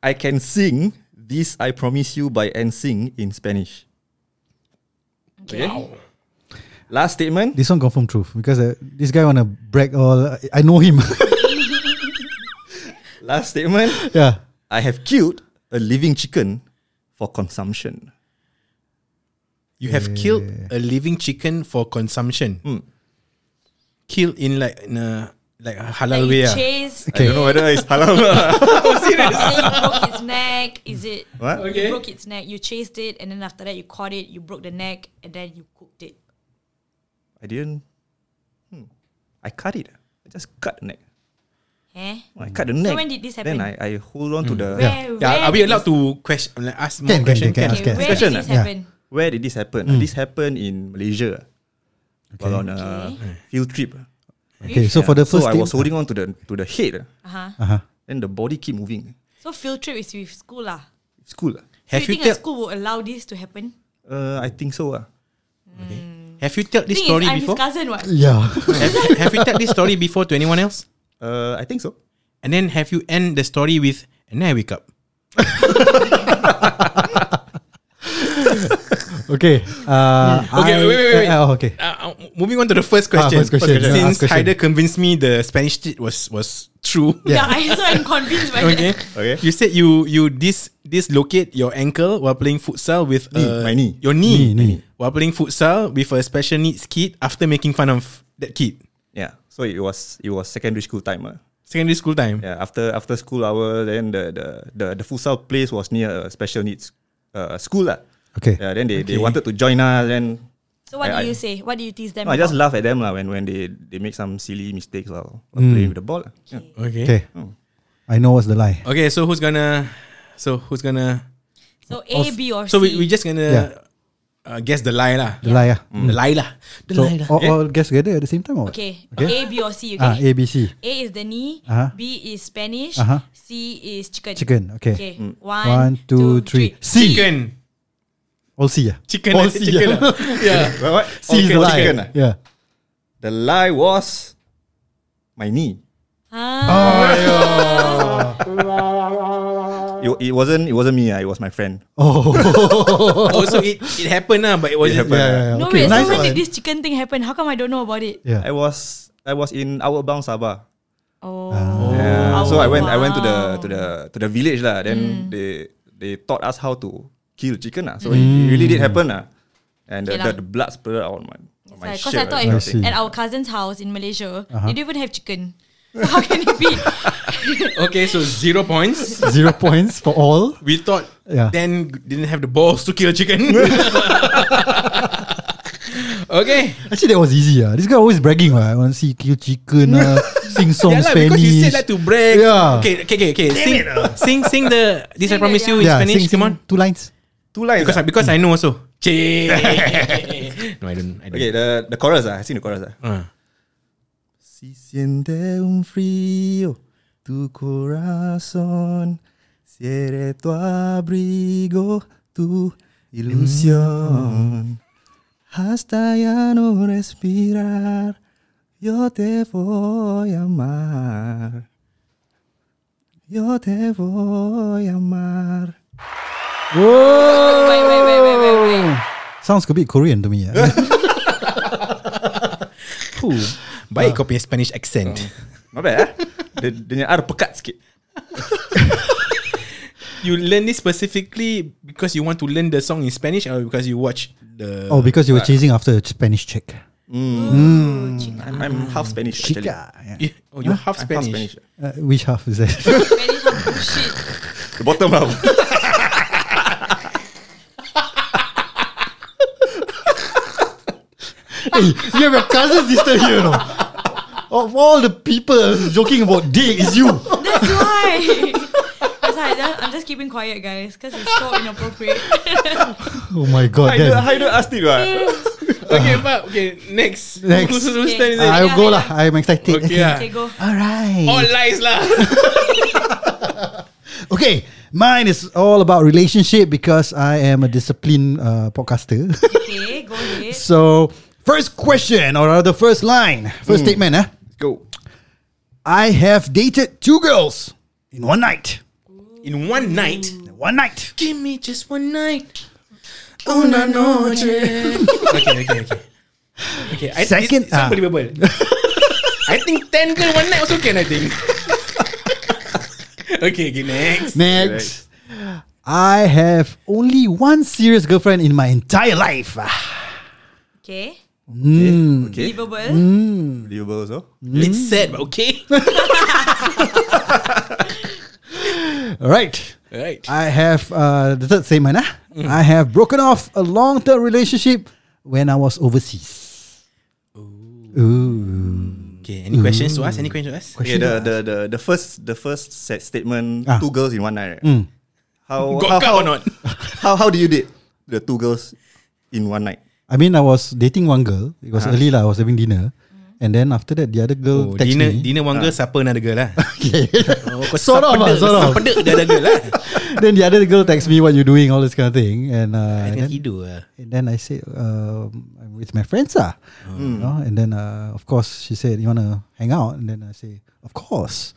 I can sing this I promise you by NSYNC in Spanish. Okay. Last statement.
This one confirm truth because uh, this guy wanna brag all. I know him.
Last statement.
yeah.
I have killed a living chicken for consumption.
You have killed a living chicken for consumption.
Mm.
Killed in like in a like a halal
Like
way.
you
ah.
chase,
I
Okay.
don't know whether it's halal. or not.
say you broke its neck. Is it?
What?
Okay.
You broke its neck. You chased it, and then after that, you caught it. You broke the neck, and then you cooked it.
I didn't. Hmm. I cut it. I just cut the neck.
Eh?
I cut the neck.
when did this
Then
happen?
I, I hold on to the.
Yeah.
Where,
Yeah, are
where
we
did
allowed
this-
to question like ask more
Can, can,
question?
can,
Okay,
ask,
where
Discussion,
did this
ah. Yeah.
happen?
Where did this happen?
Hmm.
This happened in Malaysia. While on a field trip.
Okay. So for the
so
first
I
thing-
was holding on to the to the head,
Uh-huh.
and the body keep moving.
So field trip is with school lah.
It's cool.
Have
so
you
you, think
tell
a school will allow this to happen?
Uh, I think so. Uh.
Have you told this
Thing is,
story
I'm
before?
his cousin. What?
Yeah.
have, have you told this story before to anyone else?
Uh, I think so.
And then have you end the story with and then I wake up?
okay. Uh,
Okay,
I-
wait, wait, wait.
uh, uh, okay.
Uh, uh, moving on to the first question.
Ah, first question. Yeah,
Since
last question.
Haider convinced me the Spanish shit was was true.
Yeah, I so I'm convinced by
Okay.
that.
Okay.
You said you you dis dislocate your ankle while playing futsal with
Knee,
a-
my knee.
Your knee,
Knee, knee.
While playing futsal with a special needs kid after making fun of that kid.
Yeah. So it was it was secondary school time. Uh.
Secondary school time.
Yeah. After after school hour, then the the the, the futsal place was near a special needs uh, school. Uh.
Okay.
Yeah. Then they, they
Okay.
wanted to join us. Then
So what
I-
do
I-
you say? What do you tease them?
no, I just
about?
laugh at them lah when when they they make some silly mistakes while, while
Hmm.
playing with the ball. lah. Yeah.
Okay.
Okay. I know what's the lie.
Okay, so who's gonna so who's gonna
So A, B, or
So
C.
we we just gonna
Yeah.
uh, guess the lie lah.
The lie. ah.
The lie lah. The
So
lie lah.
all, all guess together at the same time or what?
okay.
Okay.
A, B, or C. Okay.
Ah, A B C.
A is the knee.
Uh-huh.
B is Spanish.
Uh-huh.
C is chicken.
Chicken. Okay.
Okay. One,
One, two, three.
C.
Chicken.
All C. Yeah.
Chicken.
All
eh, chicken
yeah.
lah. yeah.
What, what?
C is
Okay,
the lie.
chicken, ah.
Yeah.
The lie was my knee.
Ah,
It, it wasn't it wasn't me. ah, It was my friend.
Oh.
Oh, so it, it happened lah, but it
It
wasn't.
happened, ah.
yeah.
no
Oh, Okay,
wait.
nice
so when
one.
did this chicken thing happen? How come I don't know about it?
Yeah.
I was I was in Outward Bound Sabah.
Uh,
Oh.
Yeah. so I went I went to the
wow.
to the to the village lah. Then they they taught us how to kill chicken lah. So it, it
Hmm.
really did happen lah. And the,
Okay
the,
lah.
the blood spurted out on my on my
Because I
shirt.
thought
lah,
I see. Uh-huh.
at our cousin's house in Malaysia, they don't even have chicken. So how can it be?
Okay, so zero points.
Zero points for all.
We thought
Yeah.
then didn't have the balls to kill a chicken. okay.
Actually, that was easy. Ah, This guy always bragging. Ah, I want to see kill chicken. ah, sing song
Yeah, lah,
Spanish.
because you said like to break.
Yeah.
Okay, okay, okay, okay. Sing, sing, sing the this I
Sing the-
promise you in
yeah,
Spanish.
sing,
Come on.
sing two lines.
Two lines.
Because I,
ah.
because I know also. Che. no, I don't. I don't.
okay, the the chorus ah. I sing the chorus ah.
Uh.
Si siente un frío tu corazón, cierre tu abrigo, tu ilusión. Hasta ya no respirar, yo te voy a amar. Yo te voy a amar.
Whoa.
wait, wait, wait, wait, wait, wait.
Sounds a bit Korean to me. ah.
Who? Baik kau punya Spanish accent.
Not
Oh.
bad, eh? Dia, dia punya R pekat sikit.
You learn this specifically because you want to learn the song in Spanish or because you watch the
oh, because you were chasing after a Spanish chick.
I'm, I'm half Spanish, actually.
Chica. yeah.
You- oh, you're half
I'm
Spanish.
Uh, which half is that?
Spanish or bullshit.
The bottom half.
hey, you have your cousin sister here. You know? Of all the people joking about dick, it's you.
That's why. That's why I just, I'm just keeping quiet, guys, because it's so inappropriate.
Oh my god.
Haider,
Then.
Haider asked it, right?
Okay, but okay, next.
Next. Ah.
Who's, who's turn is it?
I'll
Yeah,
go
yeah.
lah. I'm excited.
Okay, ah.
okay, go.
All
All
right.
lies lah.
Okay. Mine is all about relationship because I am a disciplined uh, podcaster.
Okay, go ahead.
so, first question or rather first line, first statement. Eh?
Go.
I have dated two girls in one night.
In one night.
In one night.
Give me just one night.
Oh,
Una noche. okay, okay, okay. Okay, I,
Second-
it's, it's
ah.
unbelievable. I think 10 girl one night also can, I think. okay, okay, next.
Next. I have only one serious girlfriend in my entire life. Ah,
Okay.
Okay.
Mm.
Believable.
Believable also.
It's sad, but okay.
All right.
Alright.
I have uh, the third statement. Ah. I have broken off a long-term relationship when I was overseas.
Okay, any questions to us? Any questions to us?
Okay, the, the, the, the first the first set statement,
Ah.
two girls in one night, right? How, how,
Got
how,
cut or not?
how how do you date the two girls in one night?
I mean, I was dating one girl. It was early lah. I was having dinner, and then after that, the other girl
Oh,
texted
dinner,
me. Ah.
dinner one girl, supper another girl lah. Oh, kau
Sort of
sapedek-
lah, sort of.
sapedek the other girl lah.
then the other girl texts me, "What you doing?" All this kind of thing, and uh,
I
and
think
then,
tidur lah.
and then I said, um, "I'm with my friends, ah." You know? And then, uh, of course, she said, "You wanna hang out?" And then I say, "Of course."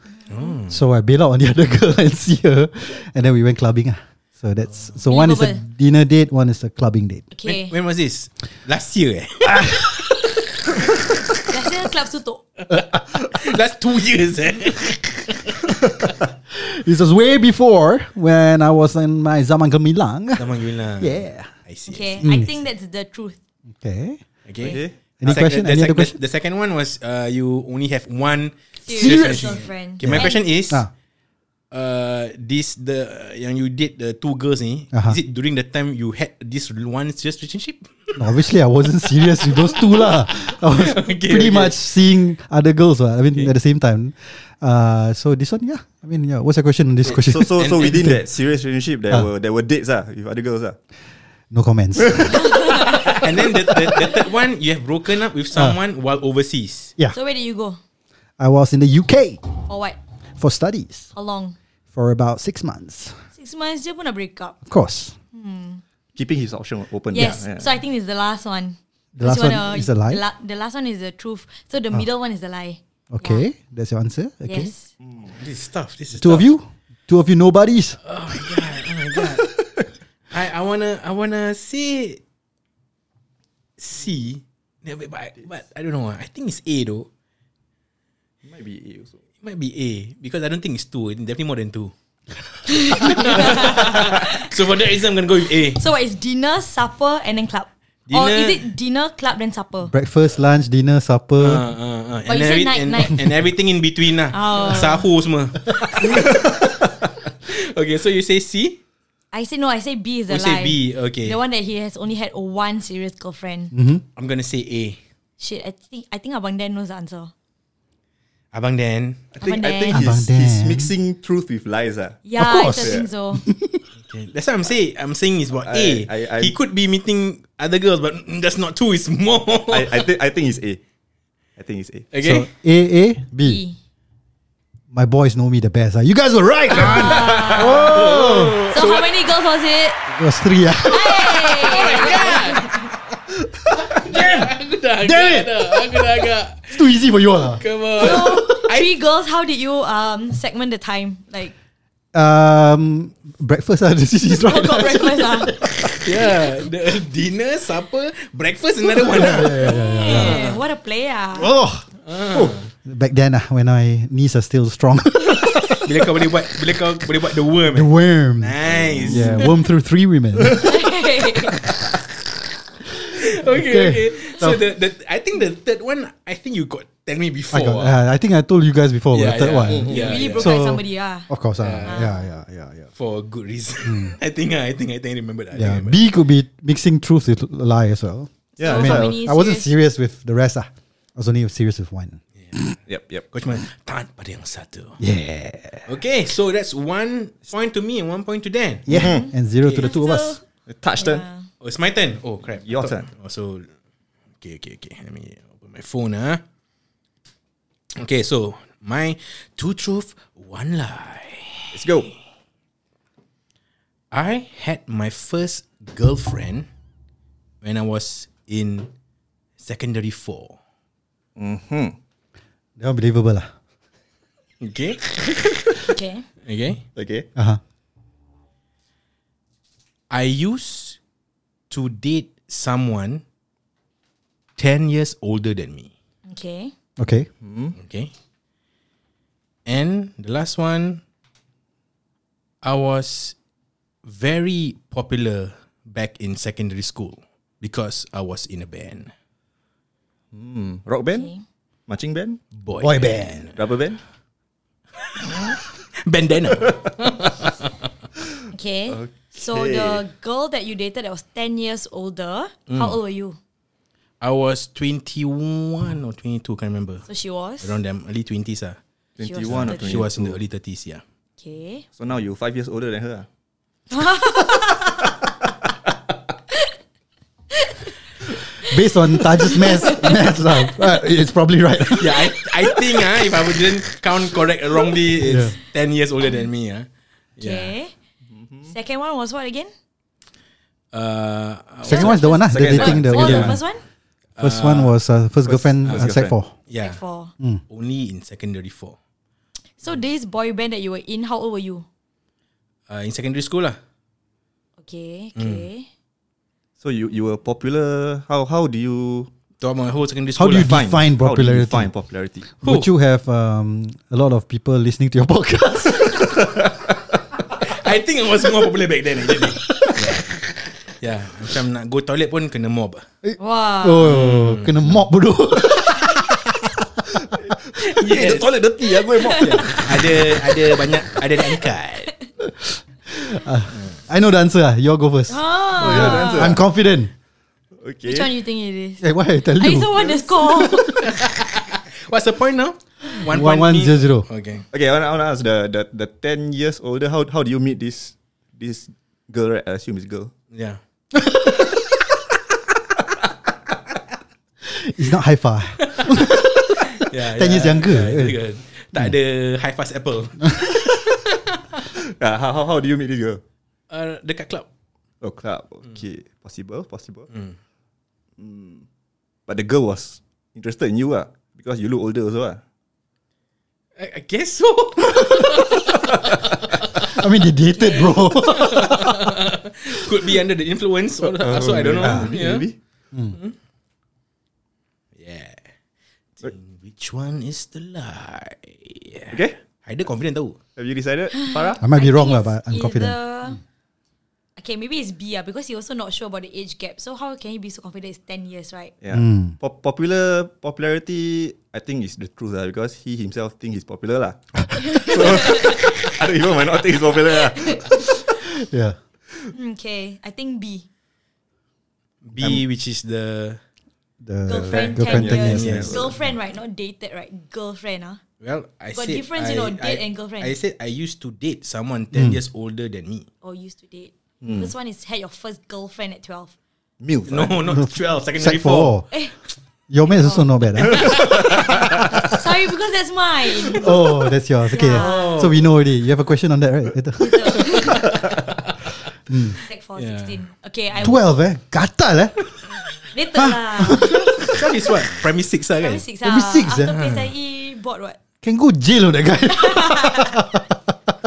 So I bail out on the other girl and see her, and then we went clubbing. Ah. So that's so one is a
Believable.
dinner date, one is a clubbing date.
When,
Okay.
when was this? Last year eh?
Last year club tutup.
Last two years eh?
This was way before when I was in my zaman gemilang.
Tamang Gemilang.
Yeah.
I see.
Okay.
Mm.
I think that's the truth.
Okay.
Okay.
Okay.
Any
The sec-
question?
The,
Any
sec-
other
the-
question?
The, second one was uh, you only have one
Serious
relationship.
girlfriend.
Okay, my
Yeah.
question is,
Ah.
uh, this the yang you did the two girls ni,
Aha.
is it during the time you had this one serious relationship?
No, obviously, I wasn't serious with those two lah. I was
Okay, okay.
pretty much seeing other girls. lah. I mean, at the same time. Uh, so this one, yeah. I mean, yeah. What's your question on this question?
So so so
And-
within
and-
that serious relationship, there
Ah.
were there were dates ah with other girls ah.
no comments.
and then the, the, the third one, you have broken up with
Ah.
someone while overseas.
yeah,
So where did you go?
I was in the UK
For what?
for studies
How long?
for about six months.
Six months je pun nak break up.
Of course,
Keeping his option open.
Yes.
Yeah, yeah.
So I think it's the last one.
The last
Because you
one
wanna-
is a lie?
The, la- the last one is the truth. So the middle one is the lie.
okay. That's your answer.
Yeah.
Okay,
Yes.
This is tough. This is
two
tough.
of you, two of you, nobodies.
oh I, I wanna I wanna say C. Yeah, But, but, I- but I don't know. ah. I think it's A though.
Might be A also.
It might be A because I don't think it's two. It's definitely more than two. so for that reason, I'm gonna go with A.
So what is dinner, supper, and then club? or
Dinner-
is it dinner, club, then supper?
Breakfast, lunch, dinner,
Uh,
supper.
uh, uh. And,
But Oh, you said
every-
night,
and,
night.
and everything in between lah.
Oh.
Sahur semua. okay, so you say C.
I say no. I say B is
Oh,
the
You say
lie.
B, okay.
The one that he has only had one serious girlfriend.
I'm gonna say A.
Shit, I think I think Abang Dan knows the answer.
Abang Dan.
I think
Abang
I think
Dan.
he's,
Abang
he's
Dan.
mixing truth with lies ah.
Yeah,
course.
I just think so.
Okay. That's what I'm saying. I'm saying is what A.
I- I- I-
he could be meeting other girls, but mm, that's not two. It's more.
I, I think I think it's A. I think it's A.
okay.
So A A B.
B.
My boys know me the best. ah. You guys were right. man.
So, how many girls was it?
It was three. ah.
Oh Aku dah agak
Damn it!
dah. Aku dah agak.
It's too easy for you all. ah.
Come on.
Three girls. How did you um segment the time? Like
Um, breakfast. Uh, this is right.
got breakfast ah.
Yeah, the dinner, supper, breakfast, another one. ah.
Yeah, what a player. ah.
Oh. Back then, ah, when my knees are still strong,
Bila kau boleh buat, bila kau boleh buat the worm.
the
eh.
worm.
Nice.
Yeah, worm through three women.
Okay,
Okay.
okay. So the, the I think the third one, I think you got tell me before.
I, got,
ah.
uh, I think I told you guys before
Yeah,
the third
yeah.
one.
Mm, yeah.
really broke
So-
up somebody ah.
Of course, ah, yeah, yeah, yeah, yeah.
For a good reason. I think ah, I think I think I remember that. I
Yeah,
think I remember.
B could be mixing truth with lie as well.
Yeah,
So
that's
how
why I
many
I wasn't
serious-
serious with the rest. Ah, I was only serious with one.
was- Yep, yep.
Kau cuma tahan pada yang satu.
Yeah,
Okay, so that's one point to me and one point to Dan.
yeah, and zero to the two of us.
So-
Touch turn.
Yeah.
Oh, it's my turn. Oh crap.
Your
I thought-
turn.
Oh, so okay, okay, okay. Let me open my phone, huh? Okay, so my two truth, one lie.
Let's go.
I had my first girlfriend when I was in secondary four.
They're unbelievable. Ah.
Okay.
Okay.
Okay.
Okay.
Uh huh.
I used to date someone 10 years older than me.
Okay.
Okay.
Okay. And the last one, I was very popular back in secondary school because I was in a band.
Rock band? Marching band?
Boy,
Boy
Rubber band?
Bandana.
Okay. So the girl that you dated that was 10 years older, how old were you?
I was 21 or 22, can't remember.
So she was?
Around them, early 20s. Ah.
She was
21 or
under-
She
22.
was in the early 30s, yeah.
Okay.
So now you're five years older than her. ah?
Based on Taj's math, math lah. Uh, it's probably right.
Yeah, I, I think ah, if I didn't count correct wrongly, it's 10 years older than me. Ah. Yeah.
Okay. Second one was what again?
Uh,
Second one is the one, ah, the
Second
dating,
one.
the
What was
yeah.
the first one?
First one was uh, first, girlfriend,
first
uh, sec
girlfriend.
four.
yeah.
Four.
Only in secondary four.
So this boy band that you were in, how old were you?
Uh, in secondary school lah.
Okay. Okay.
So you, you were popular. How how do you
Throughout my whole secondary
How
school
do you
lah.
define,
How
popularity?
do you define popularity?
Would you have um, a lot of people listening to your podcast?
I think I was more popular back then actually. yeah. yeah. Macam nak go toilet pun kena mob.
Wow.
oh, kena mop bodoh.
Yes. the toilet dirty lah Go mob yeah. Ada ada banyak Ada diangkat
I know the answer. Ah, you all go first.
Ah.
I'm confident.
Okay.
Which one you think it is?
Hey, why I tell
I
you?
also want the score.
What's the point now? One
One, one,
me-
zero, zero.
Okay
Okay, I want to ask the, the the ten years older. How how do you meet this this girl? Right? I assume it's girl.
Yeah
It's not high five.
Yeah,
10 years younger. eh.
yeah, itu kan. Tak ada high fast apple
Uh, how, how how do you meet this girl?
uh, Dekat club
Oh, club.
Mm.
Okay, possible, possible. Mm. But the girl was interested in you, ah, because you look older, also, ah.
I, I guess so
I mean, they dated, bro.
Could be under the influence or So I don't know
Ah,
yeah.
Maybe.
yeah Which one is the lie
Okay.
Haider confident tau
Have you decided, Farah?
I might be wrong, lah,
It's
but I'm confident.
either- Okay, maybe it's B ah, because he also not sure about the age gap. So how can he be so confident? It's ten years, right?
Yeah. Pop- popular popularity, I think is the truth, ah, because he himself think he's popular, lah. so other people might not think he's popular, ah. lah.
Yeah.
Hmm, Okay, I think B.
B which is the
The
Girlfriend,
Uh, girlfriend
ten,
10
years.
years.
years.
Girlfriend, right? Not dated, right? Girlfriend, ah.
Well, I
Got
said I,
difference, you know, date
I-
and girlfriend.
I said I used to date someone ten years older than me.
Or used to date.
Hmm.
This one is had your first girlfriend at twelve.
Milf.
No,
ah.
not twelve, secondary
Sec
four.
four.
Eh.
Your math also not bad. eh?
Sorry, because that's mine.
oh, that's yours. Okay.
Yeah.
So we know already. You have a question on that, right?
Sec four,
Yeah.
16. Okay, I
12, eh? Gatal, eh?
later lah.
So this what primary six lah kan?
Primary six
Primary
ah.
six,
After
ah.
PSIE, bored what?
Can go jail on that guy.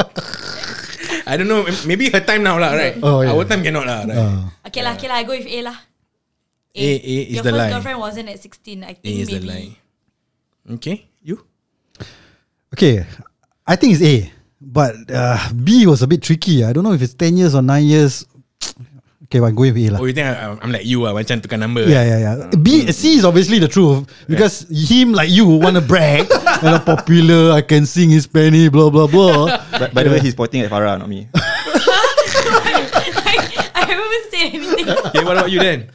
I don't know. Maybe her time now lah, right?
Oh, yeah.
Our time cannot lah, right?
Uh,
Okay lah, okay lah. I go with A lah.
A A is
Eh, Your
the
first
lie.
girlfriend wasn't at 16. I
A
think
is the
maybe.
lie. Okay, you.
okay. I think it's A. But uh, B was a bit tricky. ah. I don't know if it's 10 years or 9 years. okay, but I'm going with A. lah.
Oh, you think I, I'm like you? Ah, macam tukar number.
Yeah, yeah, yeah. B C is obviously the truth because him like you wanna brag and I'm popular. I can sing his penny, blah blah blah.
By, by the way, he's pointing at Farah, not
I,
me.
I haven't said anything.
eh? Okay, what about you then?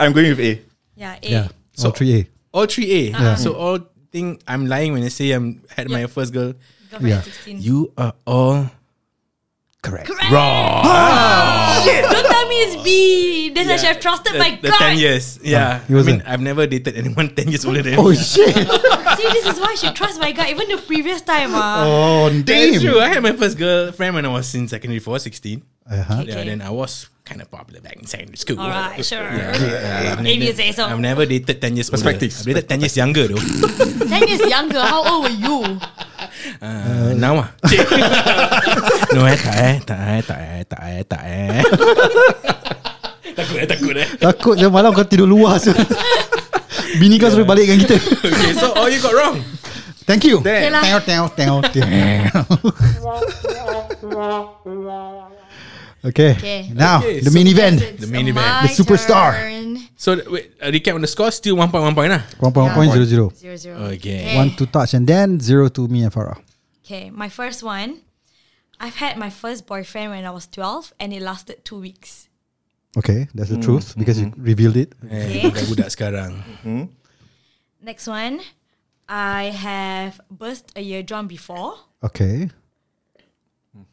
I'm going with A.
Yeah, A.
yeah, so three A.
All three A.
Uh-huh.
So all think I'm lying when I say I'm had my first girl.
Girlfriend
Yeah.
at 16.
You are all correct. Wrong.
Oh,
Ah.
Don't tell me it's B. Then I should have trusted my
the, the 10
gut.
years. Yeah. I
he
mean,
wasn't.
I've never dated anyone 10 years older than
Oh
me.
shit!
See, this is why I should trust my gut. Even the previous time, ah.
Oh
That's true. I
damn!
had my first girlfriend when I was in secondary four, 16.
Uh-huh.
Yeah,
Okay.
then I was kind of popular back in secondary school.
All right, sure.
Yeah, I've,
Maybe you
never,
say so.
I've never dated 10 years older.
Perspectives.
I've dated 10 years younger though.
Ten years younger. How old were you?
Uh, now ah. Cik. no eh, tak eh, tak eh, tak eh, tak eh, tak eh. takut eh, takut eh.
Takut je malam kau tidur luar so. Bini kau suruh balik dengan kita
Okay, so all you got wrong.
Thank you
Okay
Damn.
lah.
Teo, teo, teo, teo. Okay.
Okay.
Now
Okay,
the
so
main event
The
main event.
The superstar.
So wait, uh, recap on the score, still one point, one point lah.
One point, one point, zero, zero.
Zero zero.
Okay.
One to touch and then zero to me and Farah.
Okay, my first one. I've had my first boyfriend when I was 12 and it lasted two weeks.
Okay, that's the
Mm.
truth because
Mm-hmm.
you revealed it.
Eh, budak-budak sekarang.
Next one, I have burst a eardrum before.
Okay,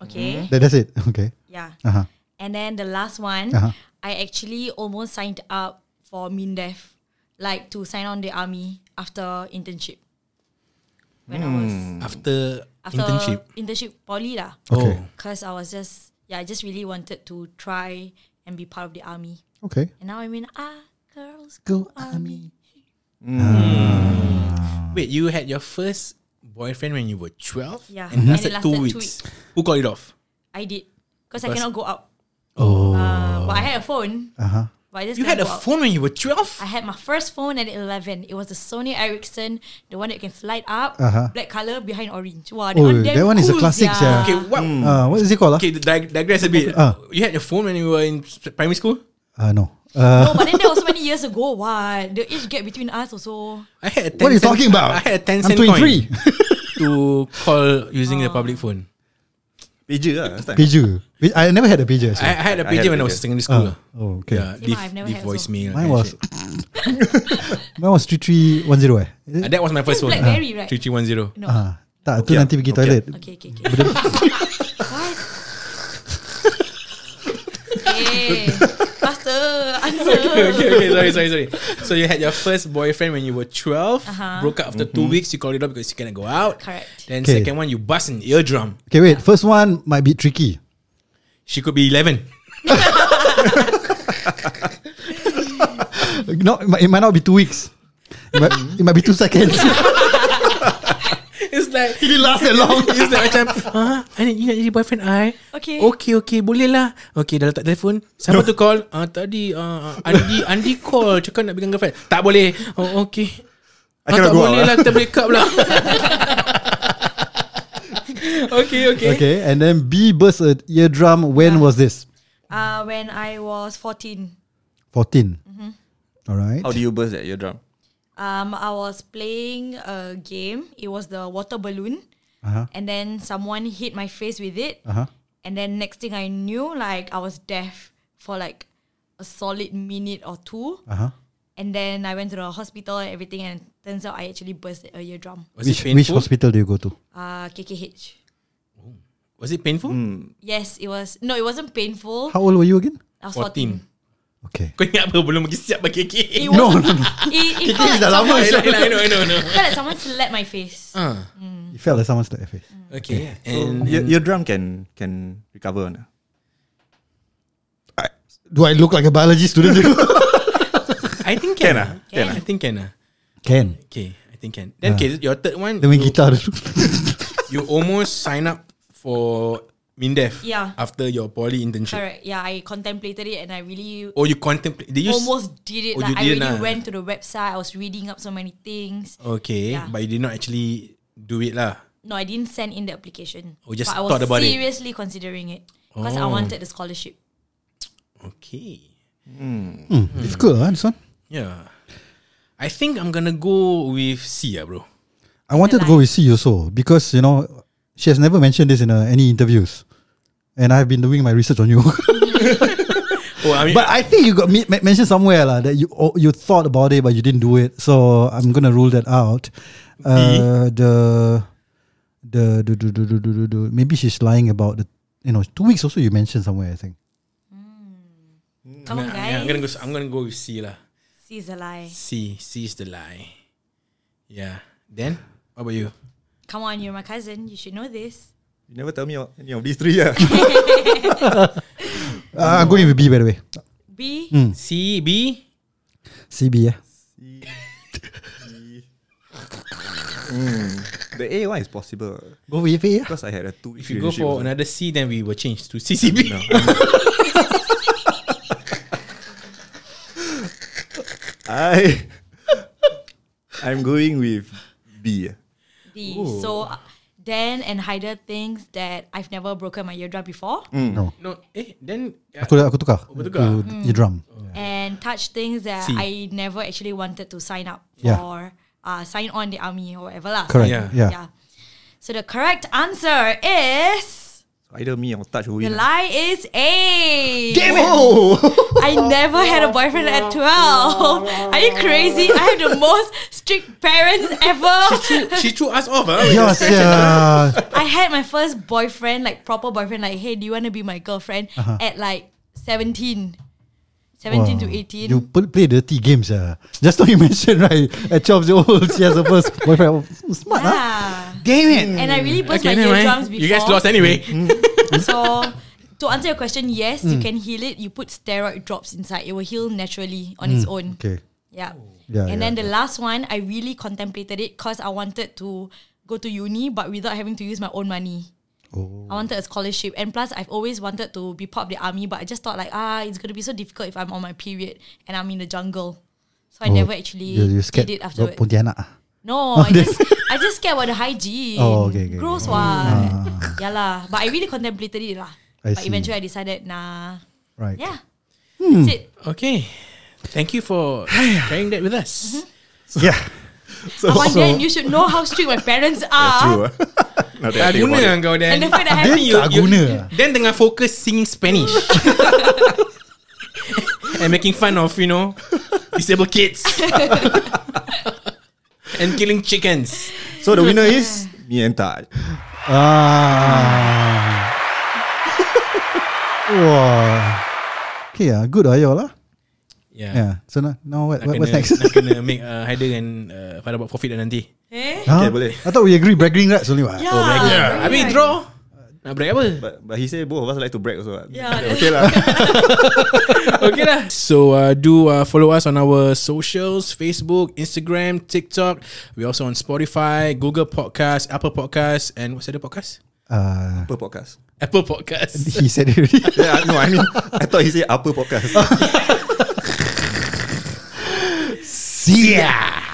Okay,
That- that's it. Okay.
yeah.
Uh huh.
And then the last one,
Uh-huh.
I actually almost signed up for MINDEF, like to sign on the army after internship. When I was
Hmm. After,
after
internship.
internship poly lah.
Oh.
Okay.
Because I was just yeah, I just really wanted to try and be part of the army.
Okay.
And now I'm in ah girls
Go
go army.
Wait, you had your first boyfriend when you were 12?
Yeah.
And,
And
lasted,
it
two,
lasted two
weeks.
weeks.
Who called it off?
I did. Because I
Because-
cannot go out.
Oh.
Uh, but I had a phone.
Uh huh.
But I just
You had a
cannot go out.
phone when you were 12?
I had my first phone at 11. It was the Sony Ericsson, the one that can slide up,
Uh-huh.
black color behind orange. Wow, that
Oh,
one,
that one is a classic, sia.
Okay, what?
Uh, what is it called? ah?
Mm. Okay, dig- digress a bit.
Ah.
You had your phone when you were in primary school?
Uh, no.
No,
Uh,
but then that was many years ago. What the age gap between us also.
I had a 10
what are you
cent-
talking about?
I had a 10
I'm
cent coin
23.
to call using the
Ah.
public phone.
Pager lah last time.
Pager. Pi- I never had a pager.
I, I
Actually.
had a
I had
pager
a
when I was
pager.
secondary school.
Ah, oh, okay.
Yeah,
Same
the,
ah, I've never
the
had
voicemail.
Mine
and
was.
shit.
Mine was three three one zero. Eh? Is
Ah,
it?
that was my first one.
Blackberry, right?
3310.
No.
Ah, tak. Tu
Nokia.
nanti pergi
Nokia.
toilet.
Okay, okay, okay. what? Okay. Faster, answer.
okay, okay, sorry, sorry, sorry. So you had your first boyfriend when you were 12,
Uh-huh.
broke up after
Mm-hmm.
two weeks, you called it up because you cannot go out.
Correct.
Then
Okay.
second one, you bust an eardrum.
Okay, wait. First one might be tricky.
She could be 11.
No, it might- it might not be two weeks. It might, it might be two seconds.
It's like,
it last that long.
it's like macam, ah, I you nak jadi boyfriend I?
Okay.
Okay, okay, boleh lah. Okay, dah letak telefon. Siapa tu call? Ah, tadi, ah, ah, Andi, Andi call. Cakap nak pegang girlfriend. Tak boleh. Oh, okay. Ah,
I cannot
tak
go out
boleh
lah.
lah, kita break up lah. okay, okay.
Okay, and then B burst a eardrum. When was this?
Uh, when I was 14,
14. All right.
How do you burst that eardrum?
um, I was playing a game. It was the water balloon.
Uh-huh.
And then someone hit my face with it.
Uh-huh.
And then next thing I knew, like, I was deaf for like a solid minute or two.
Uh-huh.
And then I went to the hospital and everything. And turns out I actually burst a eardrum.
Was
Which,
it
which
painful?
hospital do you go to?
Uh, KKH.
Was it painful?
Hmm.
Yes, it was. No, it wasn't painful.
How old were you again?
I was
14.
14.
Okay.
Kau ingat apa belum pergi siap pakai KK?
It
No,
was-
no, no.
It, it
KKH
felt like
dah lama
someone,
I know, I know, I
it
know, I know.
felt like someone slapped my face.
It felt like someone slapped your face.
Okay. And
Ear- eardrum can can recover ah. or not?
Do I look like a biology student?
I think can.
Can
ah.
ah?
lah.
Can
I
ah?
think can. ah.
Can.
Okay, I think can. Then okay, your third one.
Dia main
you,
gitar dulu.
you almost sign up for MINDEF
Yeah.
after your poly internship.
Correct. Yeah, I contemplated it and I really
Or you contemplate. Did you s-
almost did it.
Oh,
Like,
you
I
didn't,
really
ah.
went to the website. I was reading up so many things.
Okay,
Yeah.
but you did not actually do it lah.
No, I didn't send in the application.
Oh, just
but I was
thought about it.
seriously considering it because I
Oh.
wanted the scholarship.
Okay.
Difficult lah this one.
Yeah. I think I'm gonna go with C, ah, bro.
I wanted to go with C also because, you know, she has never mentioned this in uh, any interviews. And I've been doing my research on you.
Oh, I mean,
but I think you got me- me- mentioned somewhere lah that you oh, you thought about it but you didn't do it. So I'm gonna rule that out. Uh, the the do, do, do, do, do, do, do. maybe she's lying about the you know two weeks also you mentioned somewhere I think.
Come on, guys.
yeah, I'm gonna go. I'm gonna go with C lah.
See is a lie.
C, C is the lie. Yeah. Then, what about you?
Come on, you're my cousin. You should know this.
You never tell me of- any of these three. ah. Yeah.
Uh, I'm going with B by the way.
B.
Hmm.
C, B.
CB yeah.
The A one is possible
Go with it.
because I had a two.
If you go for another C, then we will change to CCB.
I I'm going with B. ah.
D. So uh, Dan and Haider thinks that I've never broken my eardrum before,
Hmm.
No, eh, then
Aku aku tukar.
Aku tukar.
To eardrum.
Hmm. and Touch thinks that
C.
I never actually wanted to sign up
Yeah.
for uh, sign on the army or whatever lah.
Correct.
Yeah.
Yeah.
Yeah. So the correct answer is
Either me or touch will
the
win. ah.
lie is A. Damn
Oh,
I never had a boyfriend at 12. Are you crazy? I have the most strict parents ever.
she threw us off. ah.
Yes, yeah.
I had my first boyfriend, like proper boyfriend, like, hey, do you want to be my girlfriend? At like 17. 17 to
Uh-huh. Wow.
18.
You pl- play dirty games, yeah. Just now you mentioned right at 12 years old, she has her first boyfriend. Oh, Smart, huh?
yeah.
Damn it!
And I really burst
Okay,
my
never mind.
eardrums before.
You guys lost anyway.
So to answer your question, yes, you can
Hmm.
heal it. You put steroid drops inside. It will heal naturally
Hmm.
on its own.
Okay.
Yeah.
Yeah,
and
yeah,
then the last one, I really contemplated it because I wanted to go to uni but without having to use my own money.
Oh.
I wanted a scholarship. And plus, I've always wanted to be part of the army, but I just thought, like, ah, it's going to be so difficult if I'm on my period and I'm in the jungle. So I never actually
Oh. you, you
did
scared
it
about
afterwards.
Pontianak. ah?
No, I
this-
just I just scared about the hygiene.
Oh, okay, okay,
Gross
okay.
one. Yeah lah. But I really contemplated it lah.
I
but
see. Hmm.
eventually I decided, nah.
Right.
Yeah. That's it.
Mm-hmm.
Okay. Thank you for sharing that with us.
Mm-hmm.
Yeah.
so,
One
So-
day you should know how strict my parents are.
ah.
true. ah. Not that I
Tak
think
guna
about it.
lah kau
and the
Dan.
fact that I
Dia
have
tak guna. ah.
Dan tengah fokus singing Spanish. and making fun of, you know, disabled kids. and killing chickens.
So the winner is me and touch.
Ah. Wah. Okay, ah, good ah, y'all ah.
Yeah.
Yeah. So now, now what,
Nak
what, what's
kena-
next?
Nak kena make uh, Haider and uh, Farah buat forfeit dah nanti.
Huh?
boleh.
I thought we agree bragging rights only what?
Yeah.
Yeah. Habis draw. Nak break apa?
But, but he said both of us like to brag also. what.
Yeah,
okay lah.
okay lah. So uh, do uh, follow us on our socials: Facebook, Instagram, TikTok. We're also on Spotify, Google Podcast, Apple Podcast, and what's the other podcast?
Uh,
Upper podcast.
Apple Podcast.
he said it already.
Yeah, no, I mean, I thought he said upper podcast.
See ya!